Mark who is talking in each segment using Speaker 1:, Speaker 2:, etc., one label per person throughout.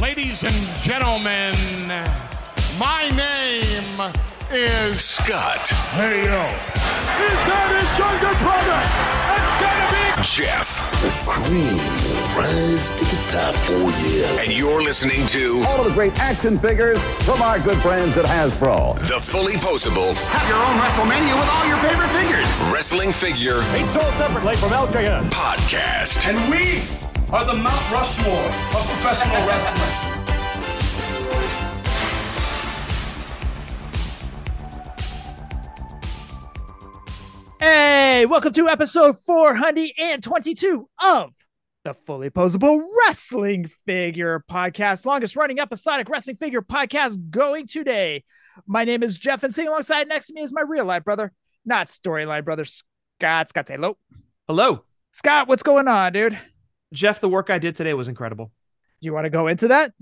Speaker 1: Ladies and gentlemen, my name is.
Speaker 2: Scott,
Speaker 1: Hey, yo.
Speaker 3: Is that his younger brother? It's gonna be
Speaker 2: Jeff,
Speaker 4: Cream rise to the top. Oh yeah.
Speaker 2: and you're listening to
Speaker 5: all of the great action figures from our good friends at Hasbro.
Speaker 2: The Fully Posable
Speaker 6: Have your own WrestleMania with all your favorite figures.
Speaker 2: Wrestling Figure
Speaker 5: It's sold separately from LJN.
Speaker 2: Podcast.
Speaker 7: And we are the Mount Rushmore of professional wrestling.
Speaker 8: Hey, welcome to episode 422 of the Fully Posable Wrestling Figure Podcast, longest running episodic wrestling figure podcast going today. My name is Jeff, and sitting alongside next to me is my real life brother, not storyline brother, Scott. Scott, say hello.
Speaker 9: Hello,
Speaker 8: Scott, what's going on, dude? Do
Speaker 9: Jeff. The work I did today was incredible.
Speaker 8: you want to go into that?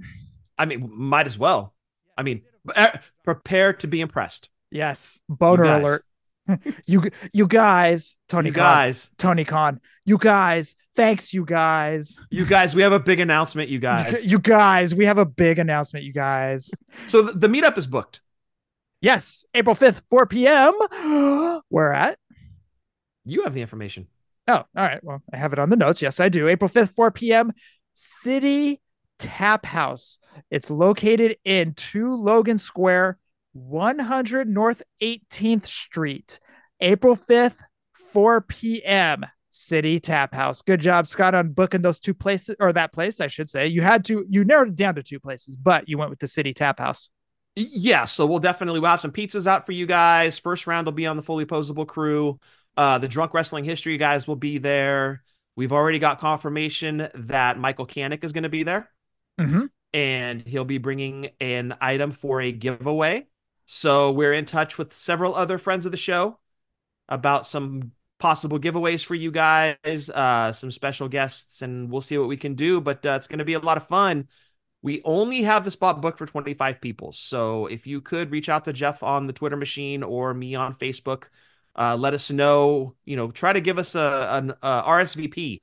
Speaker 9: I mean, might as well. I mean, eh, prepare to be impressed.
Speaker 8: Yes. Boner
Speaker 9: You guys.
Speaker 8: alert. you you guys, Tony
Speaker 9: You
Speaker 8: Khan,
Speaker 9: guys,
Speaker 8: Tony Khan, you guys, thanks, you guys.
Speaker 9: you guys, we have a big announcement, you guys.
Speaker 8: You guys, we have a big announcement, you guys.
Speaker 9: So the, the meetup is booked.
Speaker 8: Yes, April 5th, 4 p.m. We're at.
Speaker 9: You have the information.
Speaker 8: Oh, all right. Well, I have it on the notes. Yes, I do. April 5th, 4 p.m. City Tap House. It's located in 2 Logan Square, 100 North 18th Street. April 5th, 4 p.m. City Tap House. Good job, Scott, on booking those two places or that place, I should say. You had to, you narrowed it down to two places, but you went with the City Tap House.
Speaker 9: Y- Yeah, so we'll definitely we'll have some pizzas out for you guys. First round will be on the fully posable crew. Uh, the drunk wrestling history guys will be there. We've already got confirmation that Michael Canick is going to be there.
Speaker 8: Mm-hmm.
Speaker 9: and he'll be bringing an item for a giveaway. So we're in touch with several other friends of the show about some possible giveaways for you guys, uh, some special guests, and we'll see what we can do. But uh, it's going to be a lot of fun. We only have the spot booked for 25 people. So if you could reach out to Jeff on the Twitter machine or me on Facebook, uh, let us know, you know, try to give us a, an a RSVP.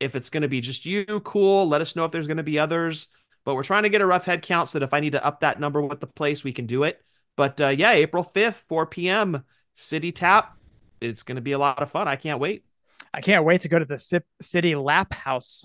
Speaker 9: If it's going to be just you, cool. Let us know if there's going to be others but we're trying to get a rough head count so that if I need to up that number with the place, we can do it. But uh, yeah, April 5th, 4 p.m., City Tap. It's going to be a lot of fun. I can't wait.
Speaker 8: I can't wait to go to the Sip City Lap House.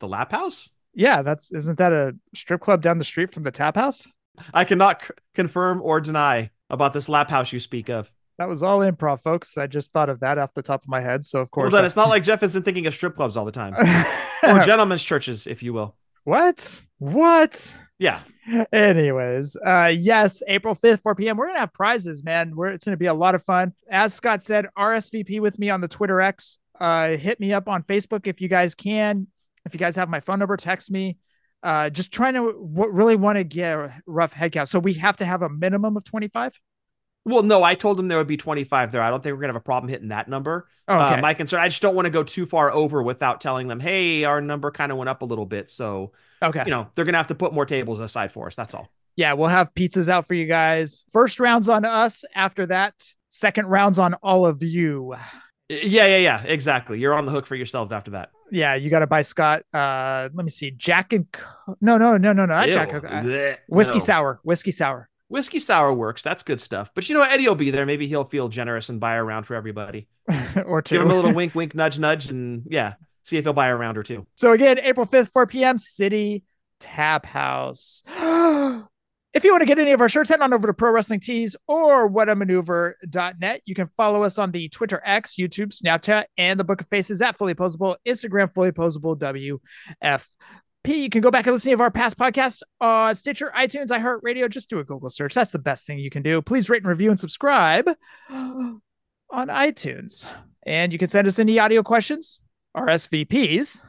Speaker 9: The Lap House?
Speaker 8: Yeah, that's isn't that a strip club down the street from the tap house?
Speaker 9: I cannot c- confirm or deny about this Lap House you speak of.
Speaker 8: That was all improv, folks. I just thought of that off the top of my head. So of
Speaker 9: Well,
Speaker 8: course,
Speaker 9: then it's not like Jeff isn't thinking of strip clubs all the time or
Speaker 8: I-
Speaker 9: gentlemen's churches, if you will.
Speaker 8: what? What?
Speaker 9: Yeah.
Speaker 8: Anyways, uh yes, April 5th, 4 p.m. We're gonna have prizes, man. We're it's gonna be a lot of fun. As Scott said, RSVP with me on the Twitter X. Uh hit me up on Facebook if you guys can. If you guys have my phone number, text me. Uh just trying to w- really want to get a rough head count. So we have to have a minimum of 25.
Speaker 9: Well, no, I told him there would be 25 there. I don't think we're going to have a problem hitting that number.
Speaker 8: Oh,
Speaker 9: Uh, my concern, I just don't want to go too far over without telling them, hey, our number kind of went up a little bit. So
Speaker 8: okay.
Speaker 9: you know they're gonna have to put more tables aside for us that's all
Speaker 8: yeah, we'll have pizzas out for you guys. First round's on us. After that, second round's on all of you.
Speaker 9: Y- yeah yeah yeah exactly you're on the hook for yourselves after that
Speaker 8: Yeah, you got to buy Scott. Uh, let me see. Jack and Co- no, no, no, no, no, not Jack.
Speaker 9: Ew.
Speaker 8: and Co- uh,
Speaker 9: Blech.
Speaker 8: Whiskey
Speaker 9: No.
Speaker 8: sour. Whiskey sour.
Speaker 9: whiskey sour works that's good stuff but you know what? eddie will be there maybe he'll feel generous and buy a round for everybody
Speaker 8: or two.
Speaker 9: give him a little wink wink nudge nudge and yeah see if he'll buy a round or two
Speaker 8: So again, April 5th, 4 p.m. City Tap House. if you want to get any of our shirts, head on over to Pro Wrestling Tees or whatamaneuver.net. You can follow us on the Twitter X, YouTube, Snapchat, and the Book of Faces at Fully Posable, Instagram Fully Posable WFP. You can go back and listen to our past podcasts on Stitcher, iTunes, iHeartRadio. Just do a Google search. That's the best thing you can do. Please rate and review and subscribe on iTunes. And you can send us any audio questions, RSVPs,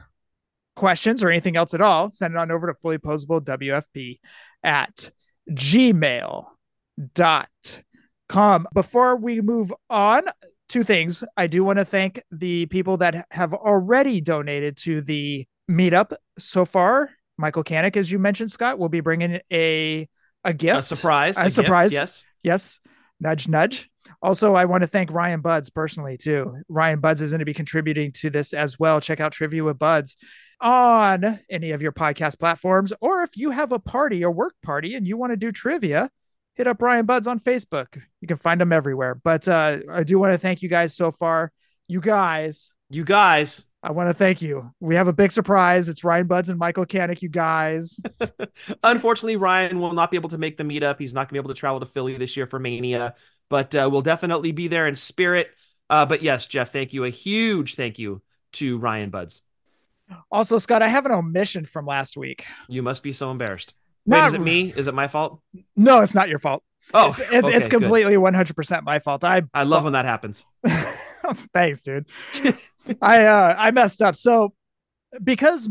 Speaker 8: questions or anything else at all, send it on over to fully posable WFP at gmail.com. Before we move on, two things. I do want to thank the people that have already donated to the meetup so far. Michael Canick, as you mentioned, Scott, will be bringing a a gift.
Speaker 9: a surprise
Speaker 8: A
Speaker 9: gift,
Speaker 8: surprise.
Speaker 9: yes
Speaker 8: Yes. Nudge, nudge. Also, I want to thank Ryan Buds personally, too. Ryan Buds is going to be contributing to this as well. Check out Trivia with Buds. on any of your podcast platforms. Or if you have a party or work party and you want to do trivia, hit up Brian Buds on Facebook. You can find him everywhere. But uh, I do want to thank you guys so far. You guys,
Speaker 9: You guys,
Speaker 8: I want to thank you. We have a big surprise. It's Ryan Buds and Michael Canick, you guys.
Speaker 9: unfortunately, Ryan will not be able to make the meetup. He's not going to be able to travel to Philly this year for Mania, but uh, we'll definitely be there in spirit. Uh, but yes, Jeff, thank you. A huge thank you to Ryan Buds.
Speaker 8: Also, Scott, I have an omission from last week.
Speaker 9: You must be so embarrassed. Wait,
Speaker 8: Not
Speaker 9: is it me? Is it my fault?
Speaker 8: No, it's not your fault.
Speaker 9: Oh,
Speaker 8: it's, it's, it's
Speaker 9: okay, good.
Speaker 8: completely 100% my fault. I
Speaker 9: I love when that happens.
Speaker 8: Thanks, dude. I uh I messed up. So because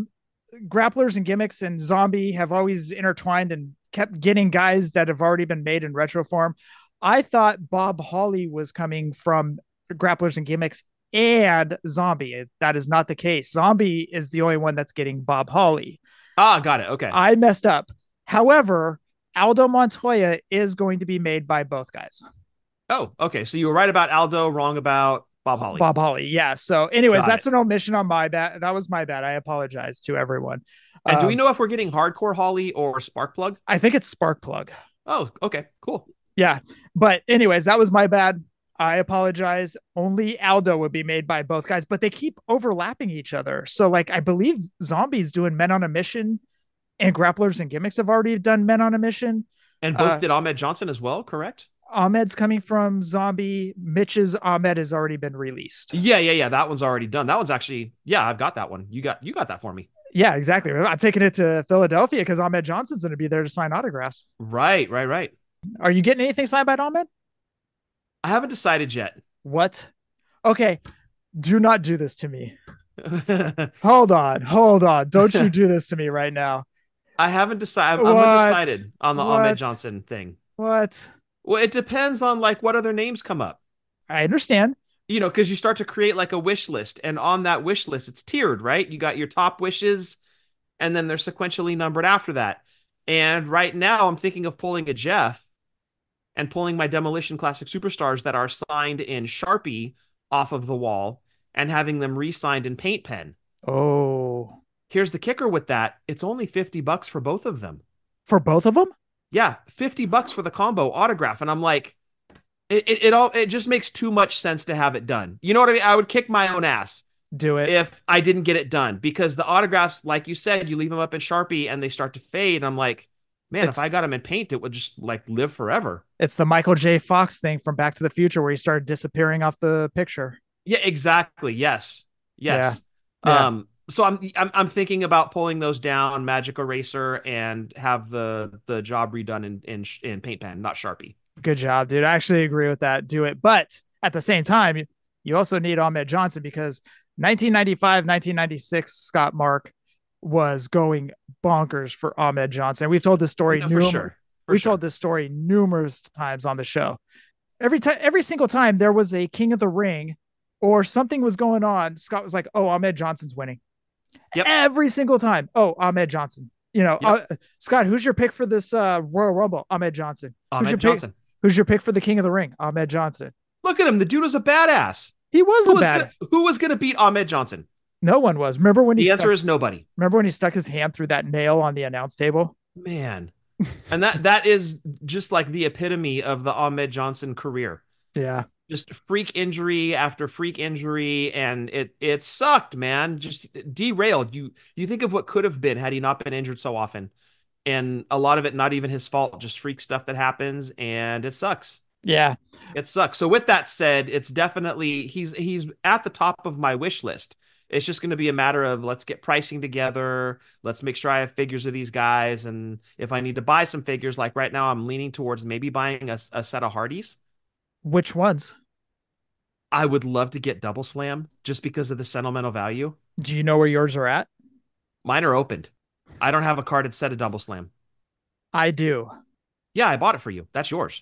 Speaker 8: grapplers and gimmicks and zombie have always intertwined and kept getting guys that have already been made in retro form, I thought Bob Holly was coming from grapplers and gimmicks and zombie. That is not the case. Zombie is the only one that's getting Bob Holly.
Speaker 9: Ah, got it. Okay.
Speaker 8: I messed up. However, Aldo Montoya is going to be made by both guys.
Speaker 9: Oh, okay. So you were right about Aldo, wrong about Bob Holly.
Speaker 8: Bob Holly. Yeah. So, anyways,
Speaker 9: Got
Speaker 8: that's an omission on my bad. That was my bad. I apologize to everyone.
Speaker 9: and do we
Speaker 8: Um,
Speaker 9: know if we're getting hardcore Holly or Sparkplug?
Speaker 8: I think it's spark plug.
Speaker 9: Oh, okay, cool.
Speaker 8: Yeah. But, anyways, that was my bad. I apologize. Only Aldo would be made by both guys, but they keep overlapping each other. So, like, I believe Zombies doing Men on a Mission and Grapplers and Gimmicks have already done Men on a Mission.
Speaker 9: And both
Speaker 8: Uh,
Speaker 9: did Ahmed Johnson as well, correct?
Speaker 8: Ahmed's coming from Zombie. Mitch's Ahmed has already been released.
Speaker 9: Yeah, yeah, yeah. That one's already done. That one's actually, yeah, I've got that one. You got you got that for me.
Speaker 8: Yeah, exactly. I'm taking it to Philadelphia because Ahmed Johnson's going to be there to sign autographs.
Speaker 9: Right, right, right.
Speaker 8: Are you getting anything signed by Ahmed?
Speaker 9: I haven't decided yet.
Speaker 8: What? Okay. Do not do this to me. Hold on. Hold on. Don't you do this to me right now.
Speaker 9: I haven't decided. I'm
Speaker 8: What?
Speaker 9: undecided on the
Speaker 8: What?
Speaker 9: Ahmed Johnson thing.
Speaker 8: What?
Speaker 9: Well, it depends on like what other names come up.
Speaker 8: I understand.
Speaker 9: you know, because you start to create like a wish list, and on that wish list, it's tiered, right? You got your top wishes, and then they're sequentially numbered after that. And right now, I'm thinking of pulling a Jeff and pulling my Demolition Classic Superstars that are signed in Sharpie off of the wall and having them re signed in Paint Pen.
Speaker 8: Oh.
Speaker 9: Here's the kicker with that it's only 50 bucks for both of them.
Speaker 8: For both of them?
Speaker 9: Yeah, 50 bucks for the combo autograph. And I'm like, it, it, it all it just makes too much sense to have it done. You know what I mean? I would kick my own ass
Speaker 8: Do it.
Speaker 9: if I didn't get it done because the autographs, like you said, you leave them up in Sharpie and they start to fade. And I'm like, man,
Speaker 8: It's-
Speaker 9: if I got them in paint, it would just like live forever.
Speaker 8: It's the Michael J. Fox thing from Back to the Future where he started disappearing off the picture.
Speaker 9: Yeah, exactly. Yes, yes.
Speaker 8: Yeah. Yeah.
Speaker 9: Um, so I'm, I'm I'm thinking about pulling those down, Magic Eraser, and have the the job redone in in, sh- in Paint Pen, not Sharpie.
Speaker 8: Good job, dude. I actually agree with that. Do it. But at the same time, you- you also need Ahmed Johnson because 1995, 1996 Scott Mark was going bonkers for Ahmed Johnson. We've told this story
Speaker 9: No, for
Speaker 8: numerous,
Speaker 9: sure. For
Speaker 8: we
Speaker 9: sure.
Speaker 8: told this story numerous times on the show. Every time, every single time there was a King of the Ring or something was going on, Scott was like, "Oh, Ahmed Johnson's winning."
Speaker 9: Yep.
Speaker 8: Every single time, oh, Ahmed Johnson. You know,
Speaker 9: Yep.
Speaker 8: uh, Scott, who's your pick for this uh, Royal Rumble? Ahmed Johnson. who's your
Speaker 9: Ahmed
Speaker 8: pick-
Speaker 9: Johnson.
Speaker 8: Who's your pick for the King of the Ring? Ahmed Johnson.
Speaker 9: Look at him. The dude was a badass.
Speaker 8: He was
Speaker 9: Who
Speaker 8: a
Speaker 9: was,
Speaker 8: bad.
Speaker 9: gonna, who was gonna beat Ahmed Johnson?
Speaker 8: No one was. Remember when he
Speaker 9: The answer
Speaker 8: stuck,
Speaker 9: is nobody.
Speaker 8: remember when he stuck his hand through that nail on the announce table?
Speaker 9: man and that that is just like the epitome of the ahmed johnson career
Speaker 8: Yeah.
Speaker 9: just freak injury after freak injury and it it sucked man just derailed you you think of what could have been had he not been injured so often and a lot of it not even his fault just freak stuff that happens and it sucks
Speaker 8: Yeah.
Speaker 9: it sucks so with that said it's definitely he's he's at the top of my wish list it's just going to be a matter of let's get pricing together let's make sure i have figures of these guys and if i need to buy some figures like right now i'm leaning towards maybe buying a, a set of hardys
Speaker 8: Which ones?
Speaker 9: i would love to get double slam just because of the sentimental value
Speaker 8: Do you know where yours are at?
Speaker 9: mine are opened i don't have a carded set of double slam
Speaker 8: I do.
Speaker 9: yeah i bought it for you that's yours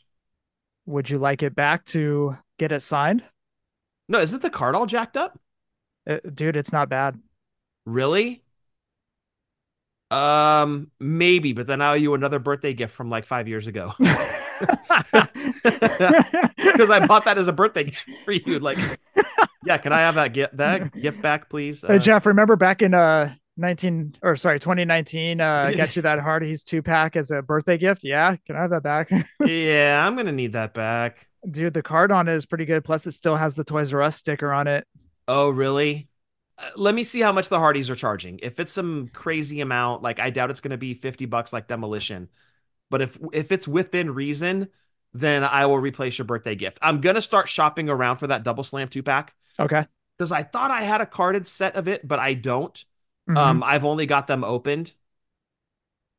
Speaker 8: Would you like it back to get it signed?
Speaker 9: no isn't the card all jacked up
Speaker 8: Uh, dude, it's not bad.
Speaker 9: really um maybe but then i owe you another birthday gift from like five years ago because I bought that as a birthday gift for you. Like, yeah, can I have that gift that gift back, please?
Speaker 8: Hey, Jeff, remember back in uh 19 or sorry 2019 uh get you that hard he's two pack as a birthday gift yeah can i have that back
Speaker 9: Uh, yeah, I'm gonna need that back.
Speaker 8: dude the card on it is pretty good plus it still has the toys r us sticker on it
Speaker 9: Oh, really? Uh, Let me see how much the Hardys are charging. If it's some crazy amount, like I doubt it's going to be 50 bucks like demolition. But if if it's within reason, then I will replace your birthday gift. I'm going to start shopping around for that double slam two pack
Speaker 8: okay
Speaker 9: because I thought I had a carded set of it, but I don't.
Speaker 8: Mhm.
Speaker 9: Um, I've only got them opened.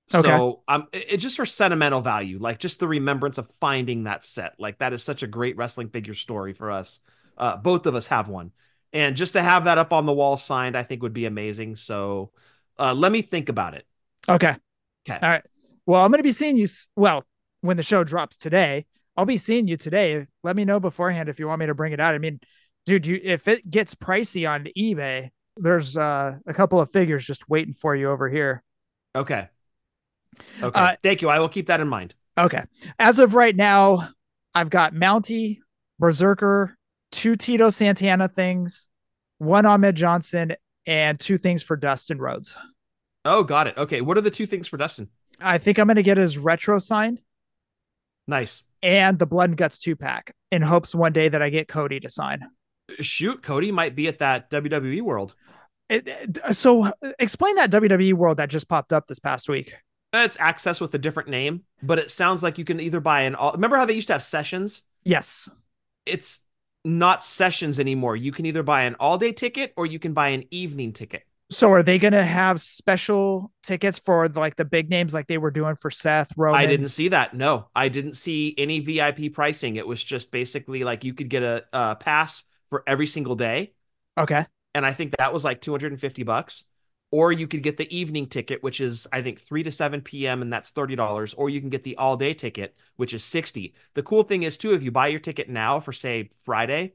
Speaker 9: So
Speaker 8: Okay.
Speaker 9: um it, it- just for sentimental value, like just the remembrance of finding that set. Like that is such a great wrestling figure story for us. Uh both of us have one. And just to have that up on the wall signed, I think would be amazing. So uh let me think about it.
Speaker 8: okay
Speaker 9: 'Kay.
Speaker 8: all right well i'm gonna be seeing you s- well when the show drops today i'll be seeing you today let me know beforehand if you want me to bring it out i mean dude you if it gets pricey on ebay there's uh a couple of figures just waiting for you over here
Speaker 9: Okay. Okay.
Speaker 8: Uh,
Speaker 9: Thank you. I will keep that in mind.
Speaker 8: Okay. As of right now, I've got Mountie, Berserker, two Tito Santana things, one Ahmed Johnson, and two things for Dustin Rhodes.
Speaker 9: Oh, got it. Okay. What are the two things for Dustin?
Speaker 8: I think I'm going to get his retro sign
Speaker 9: Nice.
Speaker 8: and the Blood and Guts two pack in hopes one day that I get Cody to sign.
Speaker 9: Shoot, Cody might be at that WWE world.
Speaker 8: It- it- so uh, explain that WWE world that just popped up this past week.
Speaker 9: It's access with a different name, but it sounds like you can either buy an all. Remember how they used to have sessions?
Speaker 8: Yes.
Speaker 9: It's not sessions anymore. You can either buy an all day ticket or you can buy an evening ticket.
Speaker 8: So are they going to have special tickets for like the big names like they were doing for Seth Roman?
Speaker 9: I didn't see that. No, I didn't see any VIP pricing. It was just basically like you could get a, a pass for every single day.
Speaker 8: Okay.
Speaker 9: And I think that was like 250 bucks. Or you could get the evening ticket, which is I think 3 to 7 p.m. and that's $30. Or you can get the all day ticket, which is 60. The cool thing is too, if you buy your ticket now for say Friday,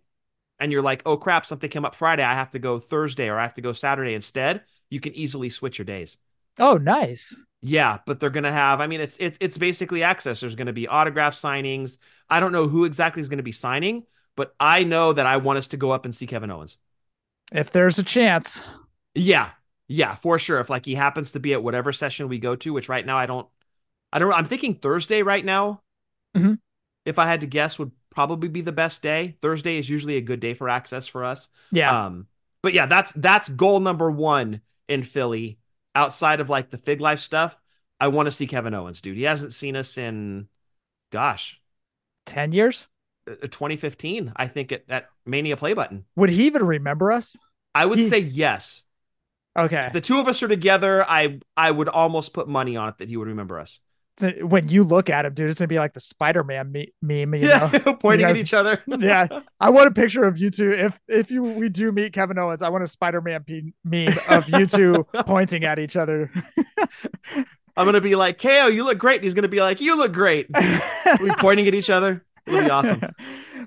Speaker 9: and you're like, oh crap, something came up Friday. I have to go Thursday or I have to go Saturday instead. You can easily switch your days.
Speaker 8: Oh, nice.
Speaker 9: Yeah, but they're gonna have. I mean, it's it's it's basically access. There's gonna be autograph signings. I don't know who exactly is gonna be signing, but I know that I want us to go up and see Kevin Owens.
Speaker 8: If there's a chance.
Speaker 9: Yeah, yeah, for sure. If like he happens to be at whatever session we go to, which right now I don't, I don't. I'm thinking Thursday right now.
Speaker 8: Mhm.
Speaker 9: If I had to guess, would probably be the best day. Thursday is usually a good day for access for us.
Speaker 8: Yeah.
Speaker 9: Um, but yeah, that's that's goal number one in Philly. Outside of like the Fig Life stuff, I want to see Kevin Owens, dude. He hasn't seen us in, gosh,
Speaker 8: 10 years?
Speaker 9: uh, 2015. I think at, at Mania Play Button.
Speaker 8: Would he even remember us?
Speaker 9: I would
Speaker 8: He-
Speaker 9: say yes.
Speaker 8: Okay.
Speaker 9: If the two of us are together, I I would almost put money on it that he would remember us.
Speaker 8: It's- When you look at him, dude, it's going to be like the Spider Man me- meme, you
Speaker 9: yeah, pointing
Speaker 8: guys-
Speaker 9: at each other.
Speaker 8: know? yeah. I want a picture of you two. If if you we do meet Kevin Owens, I want a Spider Man pe- meme of you two pointing at each other.
Speaker 9: I'm gonna be like, "Ko, you look great." And he's gonna be like, "You look great." we pointing at each other. It'll be awesome.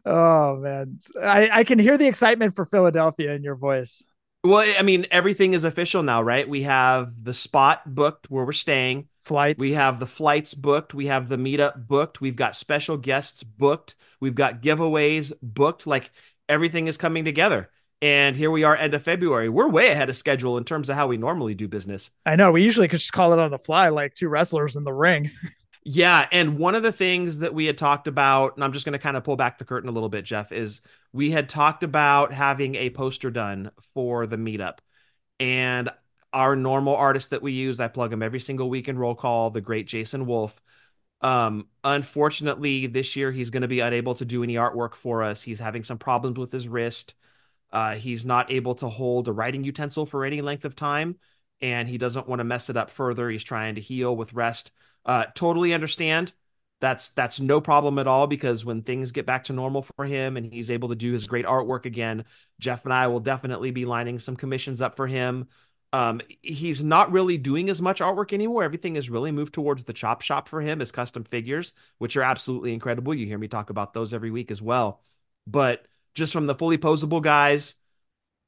Speaker 8: oh, man. I, I can hear the excitement for Philadelphia in your voice.
Speaker 9: Well, I mean, everything is official now, right? We have the spot booked where we're staying.
Speaker 8: Flights.
Speaker 9: We have the flights booked. We have the meetup booked. We've got special guests booked. We've got giveaways booked. Like everything is coming together. And here we are, end of February. We're way ahead of schedule in terms of how we normally do business.
Speaker 8: I know. We usually could just call it on the fly like two wrestlers in the ring.
Speaker 9: Yeah, and one of the things that we had talked about, and I'm just going to kind of pull back the curtain a little bit, Jeff, is we had talked about having a poster done for the meetup. And our normal artist that we use, I plug him every single week in roll call, the great Jason Wolf. Um, unfortunately, this year he's going to be unable to do any artwork for us. He's having some problems with his wrist. Uh, he's not able to hold a writing utensil for any length of time, and he doesn't want to mess it up further. He's trying to heal with rest. Uh, totally understand. That's that's no problem at all because when things get back to normal for him and he's able to do his great artwork again, Jeff and I will definitely be lining some commissions up for him. Um, he's not really doing as much artwork anymore. Everything has really moved towards the chop shop for him, his custom figures, which are absolutely incredible. You hear me talk about those every week as well. But just from the fully posable guys,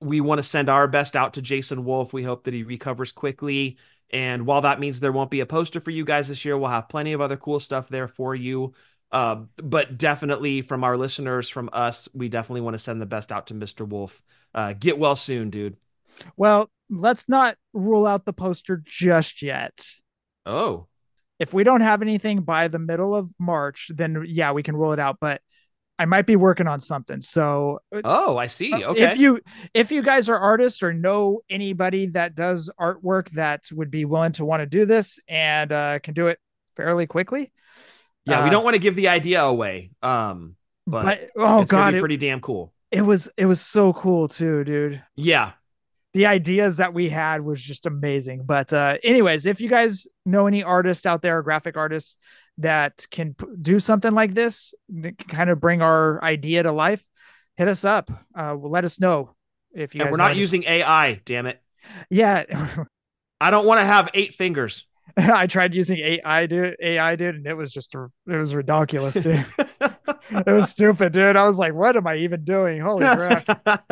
Speaker 9: we want to send our best out to Jason Wolf. We hope that he recovers quickly. And while that means there won't be a poster for you guys this year, we'll have plenty of other cool stuff there for you. Uh, but definitely from our listeners, from us, we definitely want to send the best out to Mr. Wolf. Uh, get well soon, dude.
Speaker 8: Well, let's not rule out the poster just yet.
Speaker 9: Oh,
Speaker 8: If we don't have anything by the middle of March, then yeah, we can rule it out. But I might be working on something. So uh,
Speaker 9: oh, I see.
Speaker 8: Uh,
Speaker 9: Okay.
Speaker 8: If you if you guys are artists or know anybody that does artwork that would be willing to want to do this and uh, can do it fairly quickly,
Speaker 9: yeah, we
Speaker 8: uh,
Speaker 9: don't want to give the idea away. Um, but,
Speaker 8: but oh
Speaker 9: it's gonna
Speaker 8: god,
Speaker 9: be
Speaker 8: it,
Speaker 9: pretty damn cool.
Speaker 8: it was it was so cool too, dude.
Speaker 9: Yeah,
Speaker 8: The ideas that we had was just amazing. But uh, anyways, if you guys know any artists out there, graphic artists that can p- do something like this, that can kind of bring our idea to life, hit us up. Uh, let us know if you.
Speaker 9: and
Speaker 8: guys
Speaker 9: we're
Speaker 8: know
Speaker 9: not
Speaker 8: any-
Speaker 9: using AI. Damn it!
Speaker 8: Yeah.
Speaker 9: I don't want to have eight fingers.
Speaker 8: I tried using AI, dude. AI, dude, and it was just r- it was ridiculous, dude. it was stupid, dude. I was like, what am I even doing? Holy crap!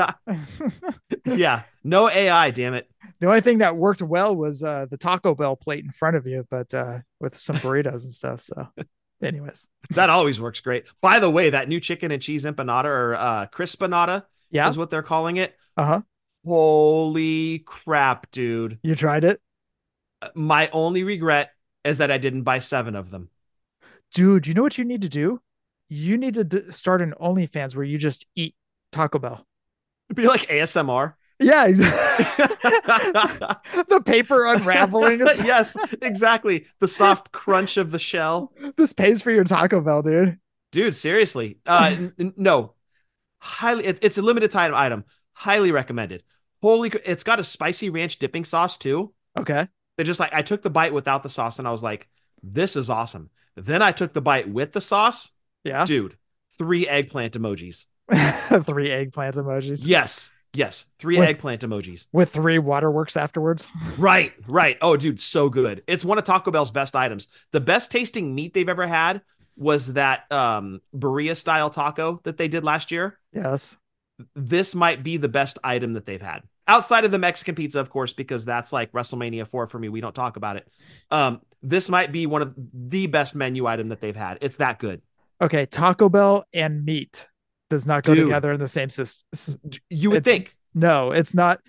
Speaker 9: yeah, no AI. Damn it!
Speaker 8: the only thing that worked well was uh, the Taco Bell plate in front of you, but uh, with some burritos and stuff. So, anyways,
Speaker 9: That always works great. By the way, that new chicken and cheese empanada or uh, crispanada
Speaker 8: yeah,
Speaker 9: is what they're calling it.
Speaker 8: uh huh.
Speaker 9: Holy crap, dude!
Speaker 8: You tried it,
Speaker 9: My only regret is that I didn't buy seven of them.
Speaker 8: dude. You know what you need to do? You need to d- start an OnlyFans where you just eat Taco Bell.
Speaker 9: It'd be like ASMR.
Speaker 8: Yeah, exactly. the paper unraveling. is-
Speaker 9: yes, exactly. The soft crunch of the shell.
Speaker 8: This pays for your Taco Bell, dude.
Speaker 9: Dude, seriously. Uh n- n- no. Highly it- it's a limited time item. Highly recommended. Holy cr- it's got a spicy ranch dipping sauce too.
Speaker 8: Okay.
Speaker 9: They just like I took the bite without the sauce and I was like, this is awesome. Then I took the bite with the sauce.
Speaker 8: Yeah.
Speaker 9: Dude, three eggplant emojis.
Speaker 8: three eggplant emojis
Speaker 9: Yes. Yes. Three
Speaker 8: With-
Speaker 9: eggplant emojis.
Speaker 8: with three waterworks afterwards.
Speaker 9: Right, right. Oh, dude, so good. It's one of Taco Bell's best items. The best tasting meat they've ever had was that um Berea style taco that they did last year.
Speaker 8: Yes.
Speaker 9: This might be the best item that they've had. Outside of the Mexican pizza, of course, because that's like WrestleMania 4 for me. We don't talk about it. Um, this might be one of the best menu item that they've had. It's that good.
Speaker 8: Okay. Taco Bell and meat does not go
Speaker 9: Dude.
Speaker 8: together in the same system.
Speaker 9: You would
Speaker 8: It's-
Speaker 9: think.
Speaker 8: No, it's not.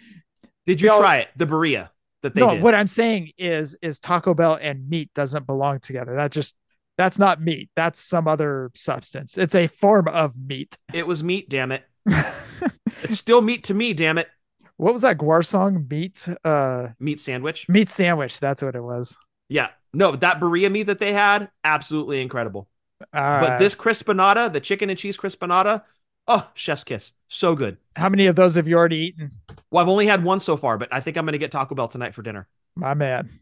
Speaker 9: Did you
Speaker 8: Y'all-
Speaker 9: try it? The Berea that they
Speaker 8: no,
Speaker 9: did.
Speaker 8: what I'm saying is, is Taco Bell and meat doesn't belong together. That just, that's not meat. That's some other substance. It's a form of meat.
Speaker 9: It was meat, damn it.
Speaker 8: what
Speaker 9: It's still meat to me, damn it.
Speaker 8: was that Guarsong meat? Uh,
Speaker 9: Meat sandwich.
Speaker 8: meat sandwich. That's what it was.
Speaker 9: Yeah. No, that burrito meat that they had, absolutely incredible.
Speaker 8: Uh,
Speaker 9: But this crispanada, the chicken and cheese crispanada, oh, chef's kiss. So good.
Speaker 8: how many of those have you already eaten?
Speaker 9: Well, I've only had one so far, but I think I'm going to get Taco Bell tonight for dinner.
Speaker 8: My man.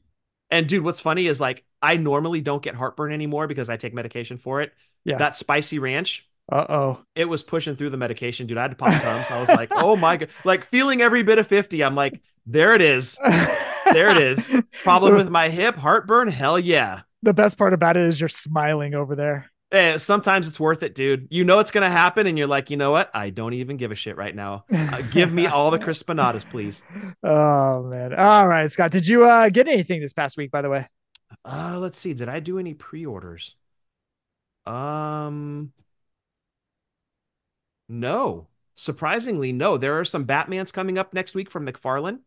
Speaker 9: And dude, what's funny is like I normally don't get heartburn anymore because I take medication for it.
Speaker 8: Yeah.
Speaker 9: That spicy ranch,
Speaker 8: Uh oh.
Speaker 9: it was pushing through the medication, dude. I had to pop Tums. I was like, "Oh my god." Like feeling every bit of 50. I'm like, "There it is. There it is. Problem with my hip, heartburn, hell yeah."
Speaker 8: the best part about it is you're smiling over there.
Speaker 9: Eh, sometimes it's worth it, dude. You know it's gonna happen, and you're like, you know what? I don't even give a shit right now. Uh, give me all the crispinadas, please.
Speaker 8: Oh man. All right, Scott. Did you uh get anything this past week, by the way?
Speaker 9: Uh, let's see. Did I do any pre-orders? Um, no. Surprisingly, no. There are some Batman's coming up next week from McFarlane.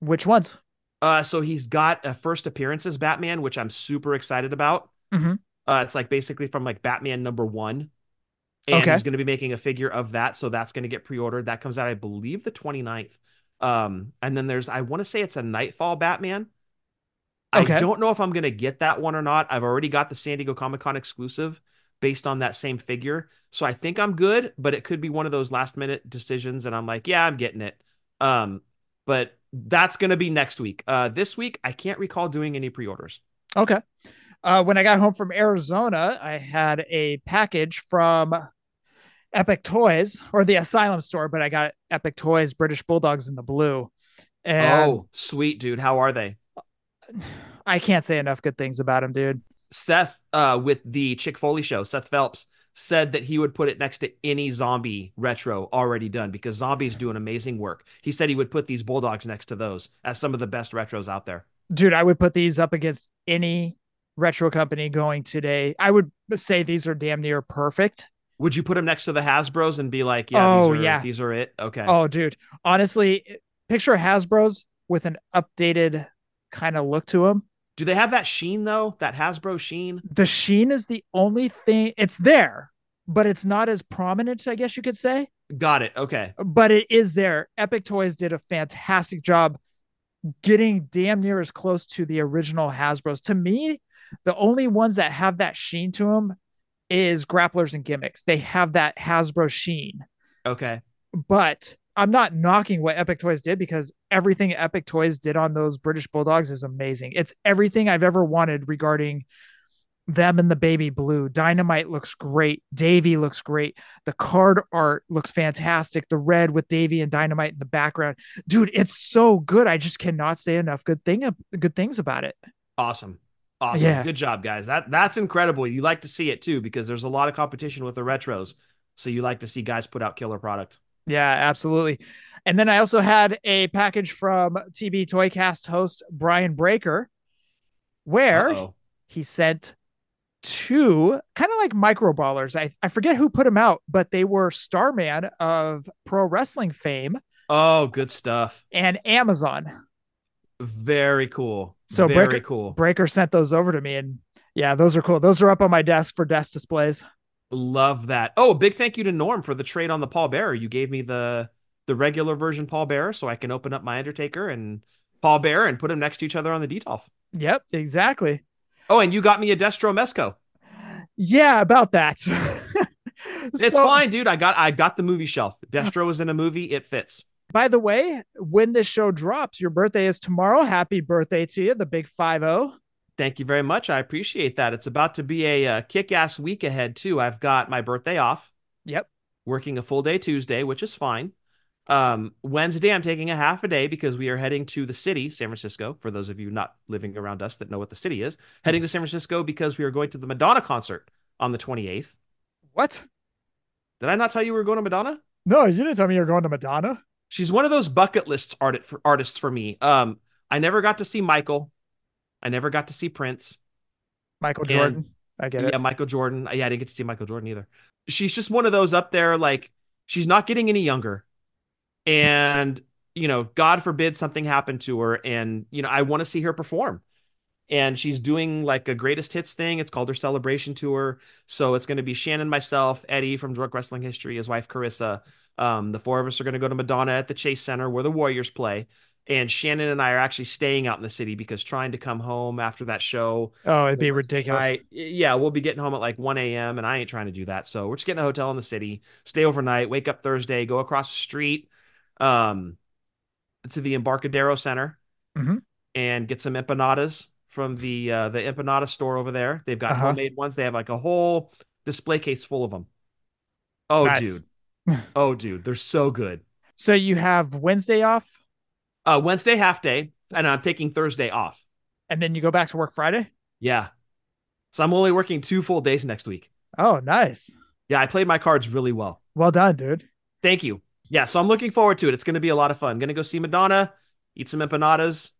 Speaker 8: Which ones?
Speaker 9: Uh, so he's got a first appearance as Batman, which I'm super excited about.
Speaker 8: Mhm.
Speaker 9: Uh, it's like basically from like Batman number one. And
Speaker 8: Okay.
Speaker 9: he's going to be making a figure of that. So that's going to get pre ordered. That comes out, I believe, the 29th. Um, and then there's, I want to say it's a Nightfall Batman.
Speaker 8: Okay.
Speaker 9: I don't know if I'm going to get that one or not. I've already got the San Diego Comic Con exclusive based on that same figure. So I think I'm good, but it could be one of those last minute decisions. And I'm like, yeah, I'm getting it. Um, but that's going to be next week. Uh, this week, I can't recall doing any pre orders.
Speaker 8: Okay. Uh when I got home from Arizona, I had a package from Epic Toys or the Asylum store, but I got Epic Toys British Bulldogs in the blue. And
Speaker 9: Oh, sweet, dude. How are they?
Speaker 8: I can't say enough good things about him, dude.
Speaker 9: Seth, uh, with the Chick Foley show, Seth Phelps said that he would put it next to any zombie retro already done because zombies do an amazing work. He said he would put these bulldogs next to those as some of the best retros out there.
Speaker 8: dude, I would put these up against any retro company going today. I would say these are damn near perfect.
Speaker 9: Would you put them next to the Hasbro's and be like, yeah,
Speaker 8: Oh,
Speaker 9: these are,
Speaker 8: yeah.
Speaker 9: these are it? Okay.
Speaker 8: Oh, dude, honestly, picture Hasbro's with an updated kind of look to them.
Speaker 9: Do they have that sheen though? That Hasbro sheen?
Speaker 8: The sheen is the only thing it's there, but it's not as prominent, I guess you could say.
Speaker 9: Got it. Okay.
Speaker 8: But it is there. Epic Toys did a fantastic job getting damn near as close to the original Hasbro's. To me, the only ones that have that sheen to them is grapplers and gimmicks. They have that Hasbro sheen.
Speaker 9: Okay.
Speaker 8: But I'm not knocking what Epic Toys did because everything Epic Toys did on those British Bulldogs is amazing. It's everything I've ever wanted regarding them and the baby blue. Dynamite looks great. Davy looks great. The card art looks fantastic. The red with Davy and Dynamite in the background. Dude, it's so good. I just cannot say enough good thing good things about it.
Speaker 9: Awesome. Awesome.
Speaker 8: Yeah.
Speaker 9: Good job, guys. That that's incredible. You like to see it too, because there's a lot of competition with the retros. So you like to see guys put out killer product.
Speaker 8: Yeah, absolutely. And then I also had a package from TB Toycast host Brian Breaker where
Speaker 9: Uh-oh.
Speaker 8: he sent two kind of like micro ballers. I, I forget who put them out, but they were Starman of pro wrestling fame
Speaker 9: Oh, good stuff.
Speaker 8: and Amazon.
Speaker 9: Very cool.
Speaker 8: So
Speaker 9: very
Speaker 8: Breaker-
Speaker 9: cool.
Speaker 8: Breaker sent those over to me. And yeah, those are cool. Those are up on my desk for desk displays.
Speaker 9: Love that. Oh, a big thank you to Norm for the trade on the Paul Bearer. You gave me the the regular version Paul Bearer so I can open up my Undertaker and Paul Bearer and put them next to each other on the Detolf.
Speaker 8: Yep, exactly.
Speaker 9: Oh, and you got me a Destro Mesco.
Speaker 8: Yeah, about that.
Speaker 9: It's
Speaker 8: So-
Speaker 9: fine, dude. I got I got the movie shelf. Destro was in a movie. It fits.
Speaker 8: By the way, when this show drops, your birthday is tomorrow. Happy birthday to you, the big 50.
Speaker 9: Thank you very much. I appreciate that. It's about to be a, uh kick-ass week ahead too. I've got my birthday off.
Speaker 8: Yep.
Speaker 9: Working a full day Tuesday, which is fine. Um, Wednesday, I'm taking a half a day because we are heading to the city, San Francisco. For those of you not living around us that know what the city is, heading to San Francisco because we are going to the Madonna concert on the 28th.
Speaker 8: What?
Speaker 9: Did I not tell you we were going to Madonna?
Speaker 8: No, you didn't tell me you were going to Madonna.
Speaker 9: She's one of those bucket list art for artists for me. Um, I never got to see Michael. I never got to see Prince.
Speaker 8: Michael
Speaker 9: And-
Speaker 8: Jordan. I get it.
Speaker 9: Yeah, Michael Jordan. Yeah, I didn't get to see Michael Jordan either. She's just one of those up there, like she's not getting any younger. And, you know, God forbid something happened to her. And, you know, I want to see her perform. And she's doing like a greatest hits thing. It's called her celebration tour. So it's going to be Shannon, myself, Eddie from Drunk Wrestling History, his wife Carissa. Um, the four of us are going to go to Madonna at the Chase Center where the Warriors play. And Shannon and I are actually staying out in the city because trying to come home after that show
Speaker 8: Oh, it'd be ridiculous.
Speaker 9: I yeah, we'll be getting home at like 1 a.m. and I ain't trying to do that. So we're just getting a hotel in the city, stay overnight, wake up Thursday, go across the street, um, to the Embarcadero Center,
Speaker 8: Mhm.
Speaker 9: and get some empanadas from the uh, the empanada store over there. They've got
Speaker 8: Uh-huh.
Speaker 9: homemade ones. They have like a whole display case full of them. Oh
Speaker 8: Nice.
Speaker 9: dude, oh dude, they're so good.
Speaker 8: So you have Wednesday off
Speaker 9: Uh, Wednesday half day, and I'm taking Thursday off.
Speaker 8: and then you go back to work Friday?
Speaker 9: Yeah, so I'm only working two full days next week.
Speaker 8: Oh, nice.
Speaker 9: Yeah, I played my cards really well.
Speaker 8: Well done, dude.
Speaker 9: Thank you. Yeah, so I'm looking forward to it. It's going to be a lot of fun. going to go see Madonna, eat some empanadas,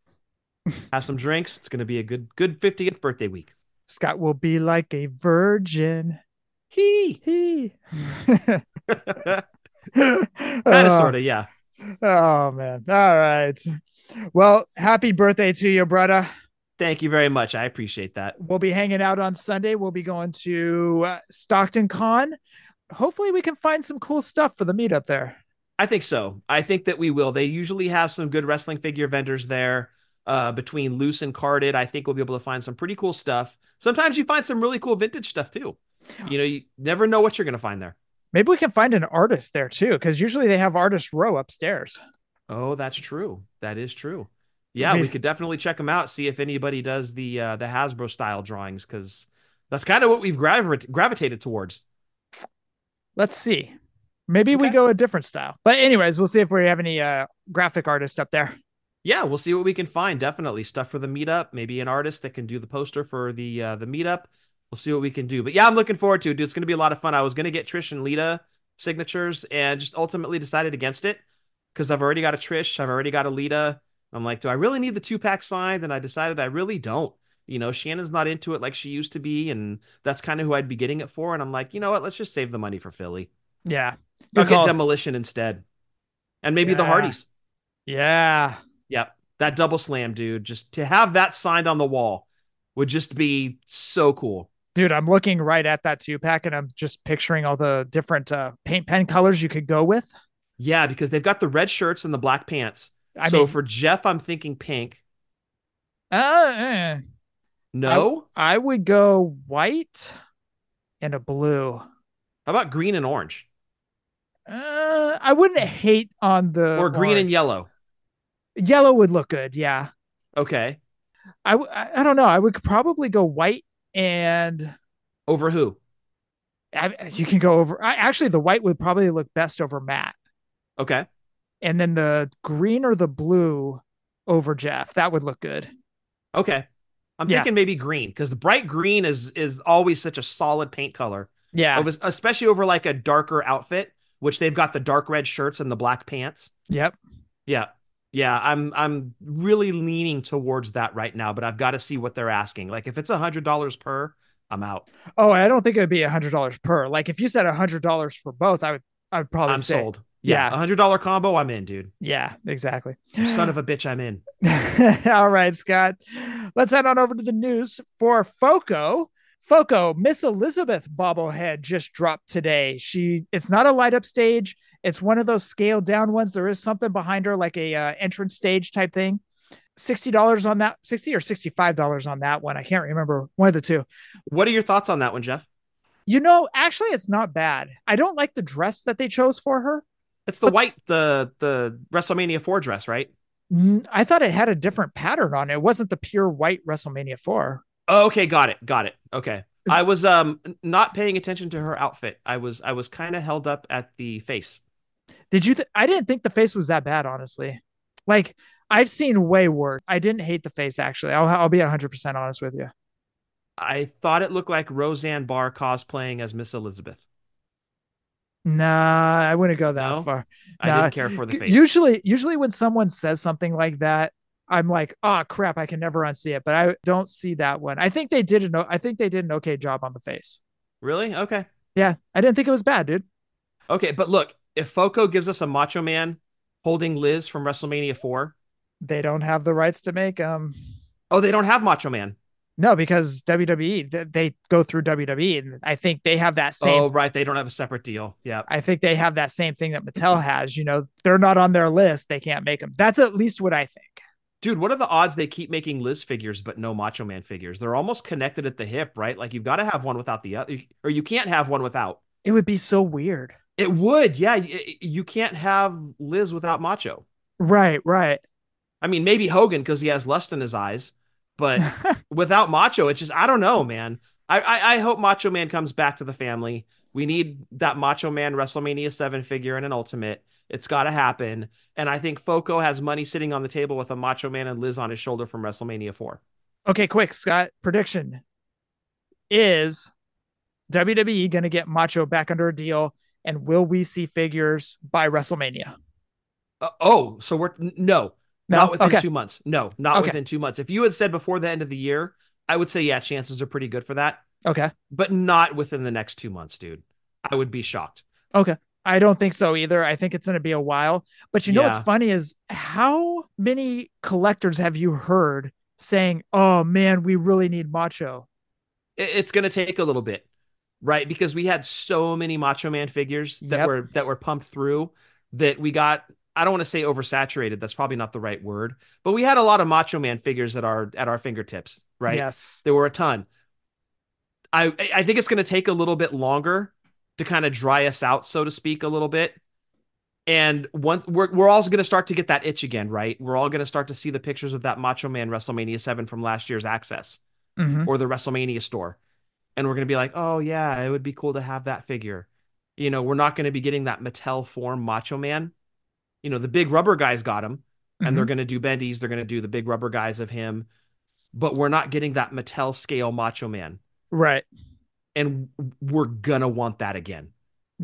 Speaker 9: have some drinks. It's going to be a good good 50th birthday week.
Speaker 8: Scott will be like a virgin.
Speaker 9: Hee.
Speaker 8: He.
Speaker 9: kind of
Speaker 8: Oh.
Speaker 9: sort of, yeah.
Speaker 8: Oh, man. All right. Well, happy birthday to you, brother.
Speaker 9: Thank you very much. I appreciate that.
Speaker 8: We'll be hanging out on Sunday. We'll be going to uh, Stockton Con. Hopefully, we can find some cool stuff for the meetup there.
Speaker 9: I think so. I think that we will. They usually have some good wrestling figure vendors there. Uh, between loose and carded, I think we'll be able to find some pretty cool stuff. Sometimes you find some really cool vintage stuff too. You know, you never know what you're going to find there.
Speaker 8: Maybe we can find an artist there too, because usually they have artist row upstairs.
Speaker 9: Oh, that's true. That is true. Yeah, we
Speaker 8: mean-
Speaker 9: could definitely check them out, see if anybody does the uh, the Hasbro style drawings, because that's kind of what we've gravit- gravitated towards.
Speaker 8: Let's see. Maybe we
Speaker 9: Okay.
Speaker 8: go a different style. But anyways, we'll see if we have any uh, graphic artist up there.
Speaker 9: Yeah, we'll see what we can find. Definitely stuff for the meetup. Maybe an artist that can do the poster for the uh, the meetup. We'll see what we can do. But yeah, I'm looking forward to it, dude. It's gonna be a lot of fun. I was gonna get Trish and Lita signatures, and just ultimately decided against it because I've already got a Trish. I've already got a Lita. I'm like, do I really need the two pack signed? And I decided I really don't. You know, Shannon's not into it like she used to be, and that's kind of who I'd be getting it for. And I'm like, you know what? Let's just save the money for Philly.
Speaker 8: Yeah.
Speaker 9: I'll
Speaker 8: Good call.
Speaker 9: get Demolition instead, and maybe the
Speaker 8: Yeah.
Speaker 9: Hardys.
Speaker 8: Yeah.
Speaker 9: Yep. That double slam, dude. Just to have that signed on the wall would just be so cool.
Speaker 8: Dude, I'm looking right at that two pack and I'm just picturing all the different uh, paint pen colors you could go with.
Speaker 9: Yeah, because they've got the red shirts and the black pants.
Speaker 8: I
Speaker 9: so
Speaker 8: mean,
Speaker 9: for Jeff, I'm thinking pink.
Speaker 8: uh, eh.
Speaker 9: No.
Speaker 8: I would go white and a blue.
Speaker 9: How about green and orange?
Speaker 8: Uh, I wouldn't hate on the
Speaker 9: Or green and yellow.
Speaker 8: yellow. Yellow would look good. Yeah.
Speaker 9: Okay.
Speaker 8: I, w- I I don't know. I would probably go white and
Speaker 9: Over who?
Speaker 8: I, you can go over. I, actually, the white would probably look best over Matt,
Speaker 9: Okay.
Speaker 8: and then the green or the blue over Jeff. That would look good.
Speaker 9: Okay. I'm
Speaker 8: Yeah.
Speaker 9: thinking maybe green because the bright green is is always such a solid paint color,
Speaker 8: Yeah.
Speaker 9: Over- especially over like a darker outfit, which they've got the dark red shirts and the black pants.
Speaker 8: yep.
Speaker 9: Yeah. Yeah, I'm I'm really leaning towards that right now, but I've got to see what they're asking. Like if it's a hundred dollars per, I'm out.
Speaker 8: Oh, I don't think it would be a hundred dollars per. Like if you said a hundred dollars for both, I would. I would probably
Speaker 9: I'm
Speaker 8: say,
Speaker 9: sold. Yeah,
Speaker 8: Yeah.
Speaker 9: a hundred dollar combo, I'm in, dude.
Speaker 8: Yeah. Exactly.
Speaker 9: Son of a bitch, I'm in.
Speaker 8: All right, Scott. Let's head on over to the news for Foco. Foco, Miss Elizabeth bobblehead just dropped today. She it's not a light up stage. It's one of those scaled down ones. There is something behind her, like a uh, entrance stage type thing. Sixty dollars on that, sixty or sixty-five dollars on that one. I can't remember one of the two.
Speaker 9: What are your thoughts on that one, Jeff?
Speaker 8: You know, actually, it's not bad. I don't like the dress that they chose for her.
Speaker 9: It's the white, the the WrestleMania four dress, right?
Speaker 8: N- I thought it had a different pattern on it. It wasn't the pure white WrestleMania four.
Speaker 9: Oh, okay, got it, got it. Okay,
Speaker 8: Is-
Speaker 9: I was um not paying attention to her outfit. I was I was kind of held up at the face.
Speaker 8: Did you? Th- I didn't think the face was that bad, honestly. Like I've seen way worse. I didn't hate the face actually. I'll I'll be hundred percent honest with you.
Speaker 9: I thought it looked like Roseanne Barr cosplaying as Miss Elizabeth.
Speaker 8: Nah, I wouldn't go that
Speaker 9: No?
Speaker 8: far.
Speaker 9: I
Speaker 8: Nah.
Speaker 9: didn't care for the
Speaker 8: C-
Speaker 9: face.
Speaker 8: Usually, usually when someone says something like that, I'm like, oh crap, I can never unsee it. But I don't see that one. I think they did an o- I think they did an okay job on the face.
Speaker 9: Really? Okay.
Speaker 8: Yeah, I didn't think it was bad, dude.
Speaker 9: Okay, but look, if Foco gives us a Macho Man holding Liz from WrestleMania 4,
Speaker 8: They don't have the rights to make um
Speaker 9: oh, they don't have Macho Man.
Speaker 8: no because WWE th- they go through WWE and I think they have that same
Speaker 9: Oh, right, they don't have a separate deal. Yeah.
Speaker 8: I think they have that same thing that Mattel has. You know, they're not on their list. They can't make them. That's at least what I think.
Speaker 9: Dude, what are the odds they keep making Liz figures but no Macho Man figures? They're almost connected at the hip, right? Like you've got to have one without the other, or you can't have one without.
Speaker 8: It would be so weird.
Speaker 9: It would, yeah. y- You can't have Liz without Macho.
Speaker 8: Right, right.
Speaker 9: I mean, maybe Hogan because he has lust in his eyes, but without Macho, it's just I don't know, man. I, I I hope Macho Man comes back to the family. We need that Macho Man WrestleMania seven figure and an Ultimate. It's got to happen. And I think Foco has money sitting on the table with a Macho Man and Liz on his shoulder from WrestleMania four.
Speaker 8: okay, quick, Scott. Prediction is WWE going to get Macho back under a deal? And will we see figures by WrestleMania?
Speaker 9: Uh, oh, so we're n- no, not within
Speaker 8: okay.
Speaker 9: two months. No, not
Speaker 8: Okay.
Speaker 9: within two months. If you had said before the end of the year, I would say yeah, chances are pretty good for that,
Speaker 8: Okay.
Speaker 9: but not within the next two months, dude. I would be shocked.
Speaker 8: I don't think so either. I think it's going to be a while. But you know
Speaker 9: Yeah.
Speaker 8: what's funny is how many collectors have you heard saying, oh man, we really need Macho?
Speaker 9: it- it's going to take a little bit, right? Because we had so many Macho Man figures that
Speaker 8: Yep.
Speaker 9: were that were pumped through that we got. I don't want to say oversaturated. That's probably not the right word, but we had a lot of Macho Man figures at our at our fingertips, right?
Speaker 8: Yes.
Speaker 9: There were a ton. I I- I think it's going to take a little bit longer to kind of dry us out, so to speak, a little bit. And once we're we're also going to start to get that itch again, right? We're all going to start to see the pictures of that Macho Man WrestleMania Seven from last year's Access
Speaker 8: Mhm.
Speaker 9: or the WrestleMania store. And we're going to be like, oh, yeah, it would be cool to have that figure. You know, we're not going to be getting that Mattel form Macho Man. You know, the big rubber guys got him and they're going to do bendies. They're going to do the big rubber guys of him, but we're not getting that Mattel scale Macho Man.
Speaker 8: Right.
Speaker 9: And we're going to want that again.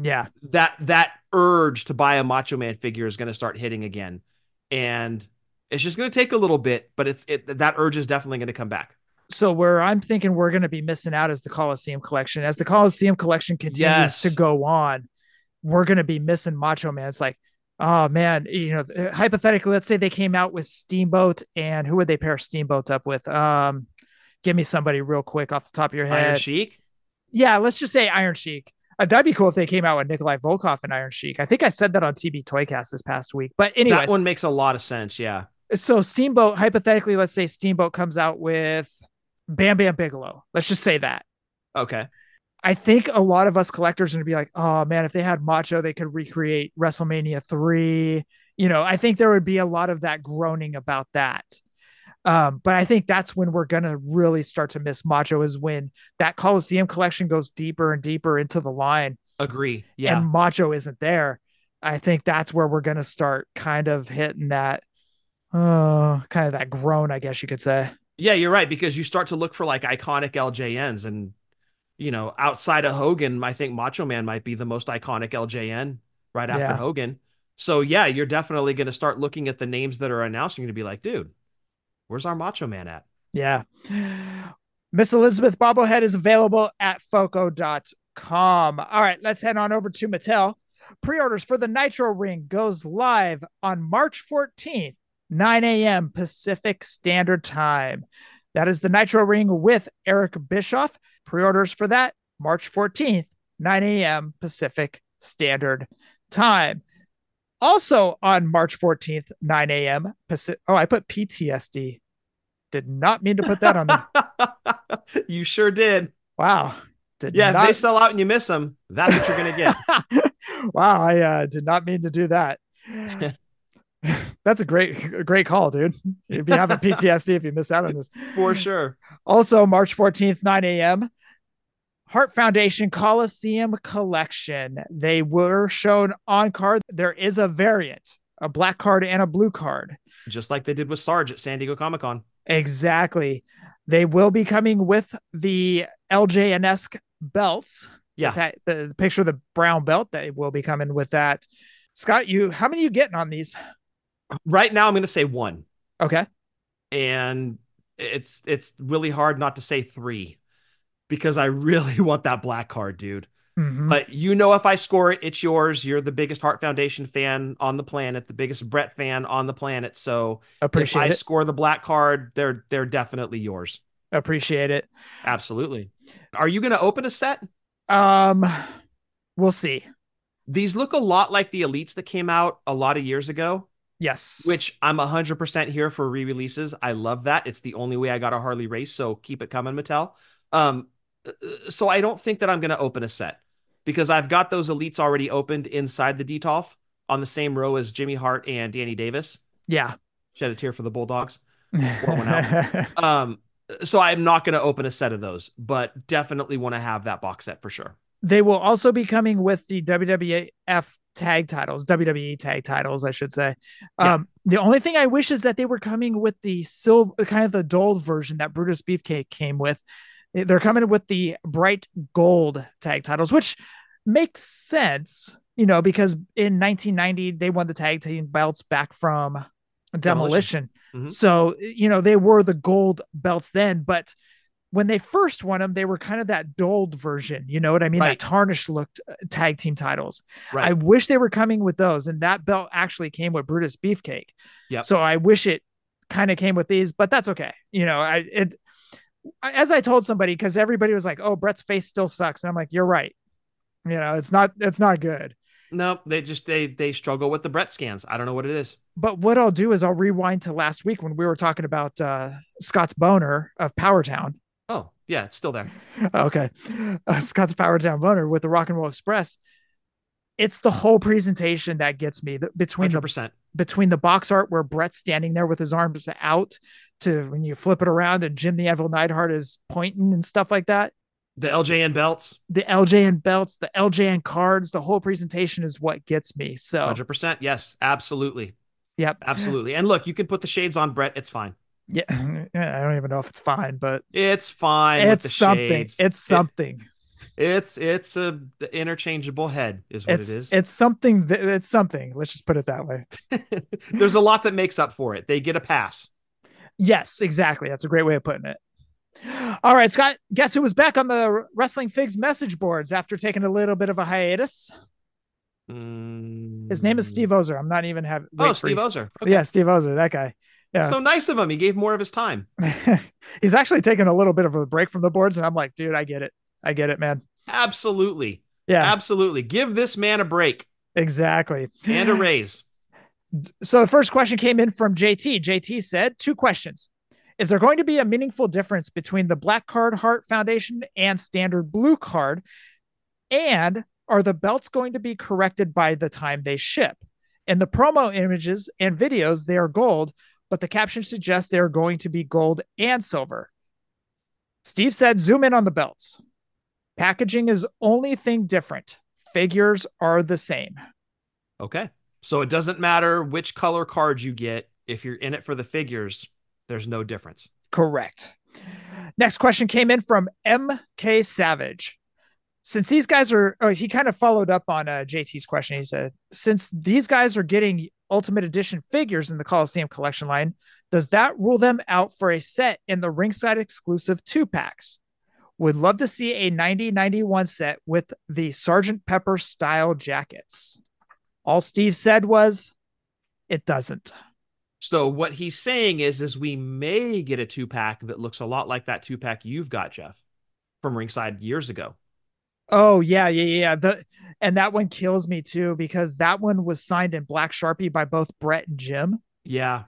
Speaker 8: Yeah.
Speaker 9: That, that urge to buy a Macho Man figure is going to start hitting again. And it's just going to take a little bit, but it's, it, that urge is definitely going to come back.
Speaker 8: So where I'm thinking we're going to be missing out is the Coliseum collection. As the Coliseum collection continues
Speaker 9: Yes.
Speaker 8: to go on, we're going to be missing Macho Man. It's like, Oh man, you know, hypothetically, let's say they came out with Steamboat, and who would they pair Steamboat up with? Um, give me somebody real quick off the top of your head.
Speaker 9: Iron Sheik.
Speaker 8: Yeah, let's just say Iron Sheik. Uh, that'd be cool if they came out with Nikolai Volkov and Iron Sheik. I think I said that on TB Toycast this past week. But anyways,
Speaker 9: That one makes a lot of sense. Yeah.
Speaker 8: so Steamboat, hypothetically, let's say Steamboat comes out with Bam Bam Bigelow. Let's just say that.
Speaker 9: Okay.
Speaker 8: I think a lot of us collectors are going to be like, oh man, if they had Macho, they could recreate WrestleMania 3. You know, I think there would be a lot of that groaning about that. Um, but I think that's when we're going to really start to miss Macho, is when that Coliseum collection goes deeper and deeper into the line
Speaker 9: Agree. Yeah.
Speaker 8: and Macho isn't there. I think that's where we're going to start kind of hitting that, uh, kind of that groan, I guess you could say.
Speaker 9: yeah, you're right because you start to look for like iconic LJNs and you know, outside of Hogan, I think Macho Man might be the most iconic LJN right after
Speaker 8: Yeah.
Speaker 9: Hogan. So yeah, you're definitely going to start looking at the names that are announced. You're going to be like, dude, where's our Macho Man at?
Speaker 8: Yeah. Miss Elizabeth Bobblehead is available at foco.com. All right, let's head on over to Mattel. Pre-orders for the Nitro Ring goes live on March 14th, 9 a.m. Pacific Standard Time. That is the Nitro Ring with Eric Bischoff. Pre-orders for that March 14th, 9 a.m. Pacific Standard Time. Also on March 14th, 9 a.m. Pacific. Oh, I put PTSD. Did not mean to put that on there.
Speaker 9: you sure did.
Speaker 8: Wow. Did
Speaker 9: Yeah, if
Speaker 8: not,
Speaker 9: they sell out and you miss them, that's what you're going to get.
Speaker 8: wow, I uh, did not mean to do that. That's a great, a great call, dude. If you have a PTSD, if you miss out on this.
Speaker 9: for sure.
Speaker 8: Also, March 14th, 9 a.m., Heart Foundation Coliseum Collection. They were shown on card. There is a variant, a black card and a blue card.
Speaker 9: Just like they did with Sarge at San Diego Comic Con.
Speaker 8: Exactly. They will be coming with the LJN-esque belts.
Speaker 9: Yeah.
Speaker 8: The, ta- the- the picture of the brown belt they will be coming with that. Scott, you how many you getting on these?
Speaker 9: Right now I'm going to say 1
Speaker 8: Okay.
Speaker 9: and it's it's really hard not to say 3 because I really want that black card, dude.
Speaker 8: Mhm.
Speaker 9: But you know, if I score it, it's yours. You're the biggest Heart Foundation fan on the planet, the biggest Brett fan on the planet. So if I
Speaker 8: Appreciate it.
Speaker 9: score the black card, they're they're definitely yours.
Speaker 8: Appreciate it.
Speaker 9: Absolutely. Are you going to open a set?
Speaker 8: Um we'll see.
Speaker 9: These look a lot like the elites that came out a lot of years ago,
Speaker 8: Yes.
Speaker 9: which I'm 100% here for re-releases. I love that. It's the only way I got a Harley race, so keep it coming, Mattel. Um uh, so I don't think that I'm going to open a set because I've got those elites already opened inside the Detolf on the same row as Jimmy Hart and Danny Davis.
Speaker 8: yeah.
Speaker 9: Shed a tear for the Bulldogs. one Um, so I'm not going to open a set of those, but definitely want to have that box set for sure.
Speaker 8: they will also be coming with the WWF tag titles, WWE tag titles, I should say.
Speaker 9: Yeah.
Speaker 8: Um, the only thing I wish is that they were coming with the silver, kind of the dulled version that Brutus Beefcake came with. They- They're coming with the bright gold tag titles, which makes sense, you know, because in 1990 they won the tag team belts back from Demolition.
Speaker 9: Demolition. Mhm.
Speaker 8: So you know they were the gold belts then, but when they first won them, they were kind of that dulled version. You know what I mean?
Speaker 9: Right.
Speaker 8: That tarnished looked uh, tag team titles.
Speaker 9: Right.
Speaker 8: I wish they were coming with those, and that belt actually came with Brutus Beefcake.
Speaker 9: Yep.
Speaker 8: So I wish it kind of came with these, but that's okay. You know, I it I- as I told somebody because everybody was like, "Oh, Brett's face still sucks," and I'm like, "You're right." You know, it's not it's not good.
Speaker 9: No, they just they they struggle with the Brett scans. I don't know what it is.
Speaker 8: But what I'll do is I'll rewind to last week when we were talking about uh, Scott's boner of Powertown.
Speaker 9: Oh, yeah, it's still there.
Speaker 8: okay. Uh, Scott's Power Down Boner with the Rock and Roll Express. It's the whole presentation that gets me the, between the
Speaker 9: 100%.
Speaker 8: between the box art where Brett's standing there with his arms out to when you flip it around and Jim the Anvil Neidhart is pointing and stuff like that.
Speaker 9: The LJN belts,
Speaker 8: The LJN belts, the LJN cards, the whole presentation is what gets me. So,
Speaker 9: 100%. Yes, absolutely.
Speaker 8: Oh. yep,
Speaker 9: Absolutely. And look, you can put the shades on Brett. It's fine.
Speaker 8: yeah. I don't even know if it's fine, but
Speaker 9: It's fine. with the
Speaker 8: it's something.
Speaker 9: shades.
Speaker 8: It's
Speaker 9: It-
Speaker 8: something.
Speaker 9: it's it's a interchangeable head is what
Speaker 8: it's
Speaker 9: it is.
Speaker 8: it's something. That, it's something. Let's just put it that way.
Speaker 9: There's a lot that makes up for it. They get a pass.
Speaker 8: Yes, exactly. That's a great way of putting it. All right, Scott, guess who was back on the Wrestling Figs message boards after taking a little bit of a hiatus?
Speaker 9: Mm.
Speaker 8: His name is Steve Ozer. I'm not even have. wait
Speaker 9: Oh,
Speaker 8: for
Speaker 9: Steve
Speaker 8: you.
Speaker 9: Ozer.
Speaker 8: Yeah, Steve Ozer, that guy. yeah.
Speaker 9: So nice of him. He gave more of his time.
Speaker 8: He's actually taking a little bit of a break from the boards, and I'm like, dude, I get it. I get it, man.
Speaker 9: Absolutely.
Speaker 8: Yeah,
Speaker 9: Absolutely. Give this man a break
Speaker 8: exactly.
Speaker 9: and a raise.
Speaker 8: So the first question came in from JT. JT said, two questions. Is there going to be a meaningful difference between the Black Card Heart Foundation and standard blue card? And are the belts going to be corrected by the time they ship? In the promo images and videos, they are gold, but the caption suggests they are going to be gold and silver. Steve said, zoom in on the belts. Packaging is only thing different. Figures are the same.
Speaker 9: Okay. So it doesn't matter which color card you get. If you're in it for the figures, there's no difference.
Speaker 8: Correct. Next question came in from MK Savage. Since these guys are, oh, he kind of followed up on uh, JT's question. He said, since these guys are getting Ultimate Edition figures in the Coliseum collection line, does that rule them out for a set in the ringside exclusive two packs? Would love to see a 9091 set with the Sergeant Pepper style jackets. All Steve said was, it doesn't.
Speaker 9: So what he's saying is, is we may get a two pack that looks a lot like that two pack you've got, Jeff, from ringside years ago.
Speaker 8: Oh yeah, yeah, yeah. yeah. The and that one kills me too because that one was signed in black sharpie by both Brett and Jim,
Speaker 9: Yeah.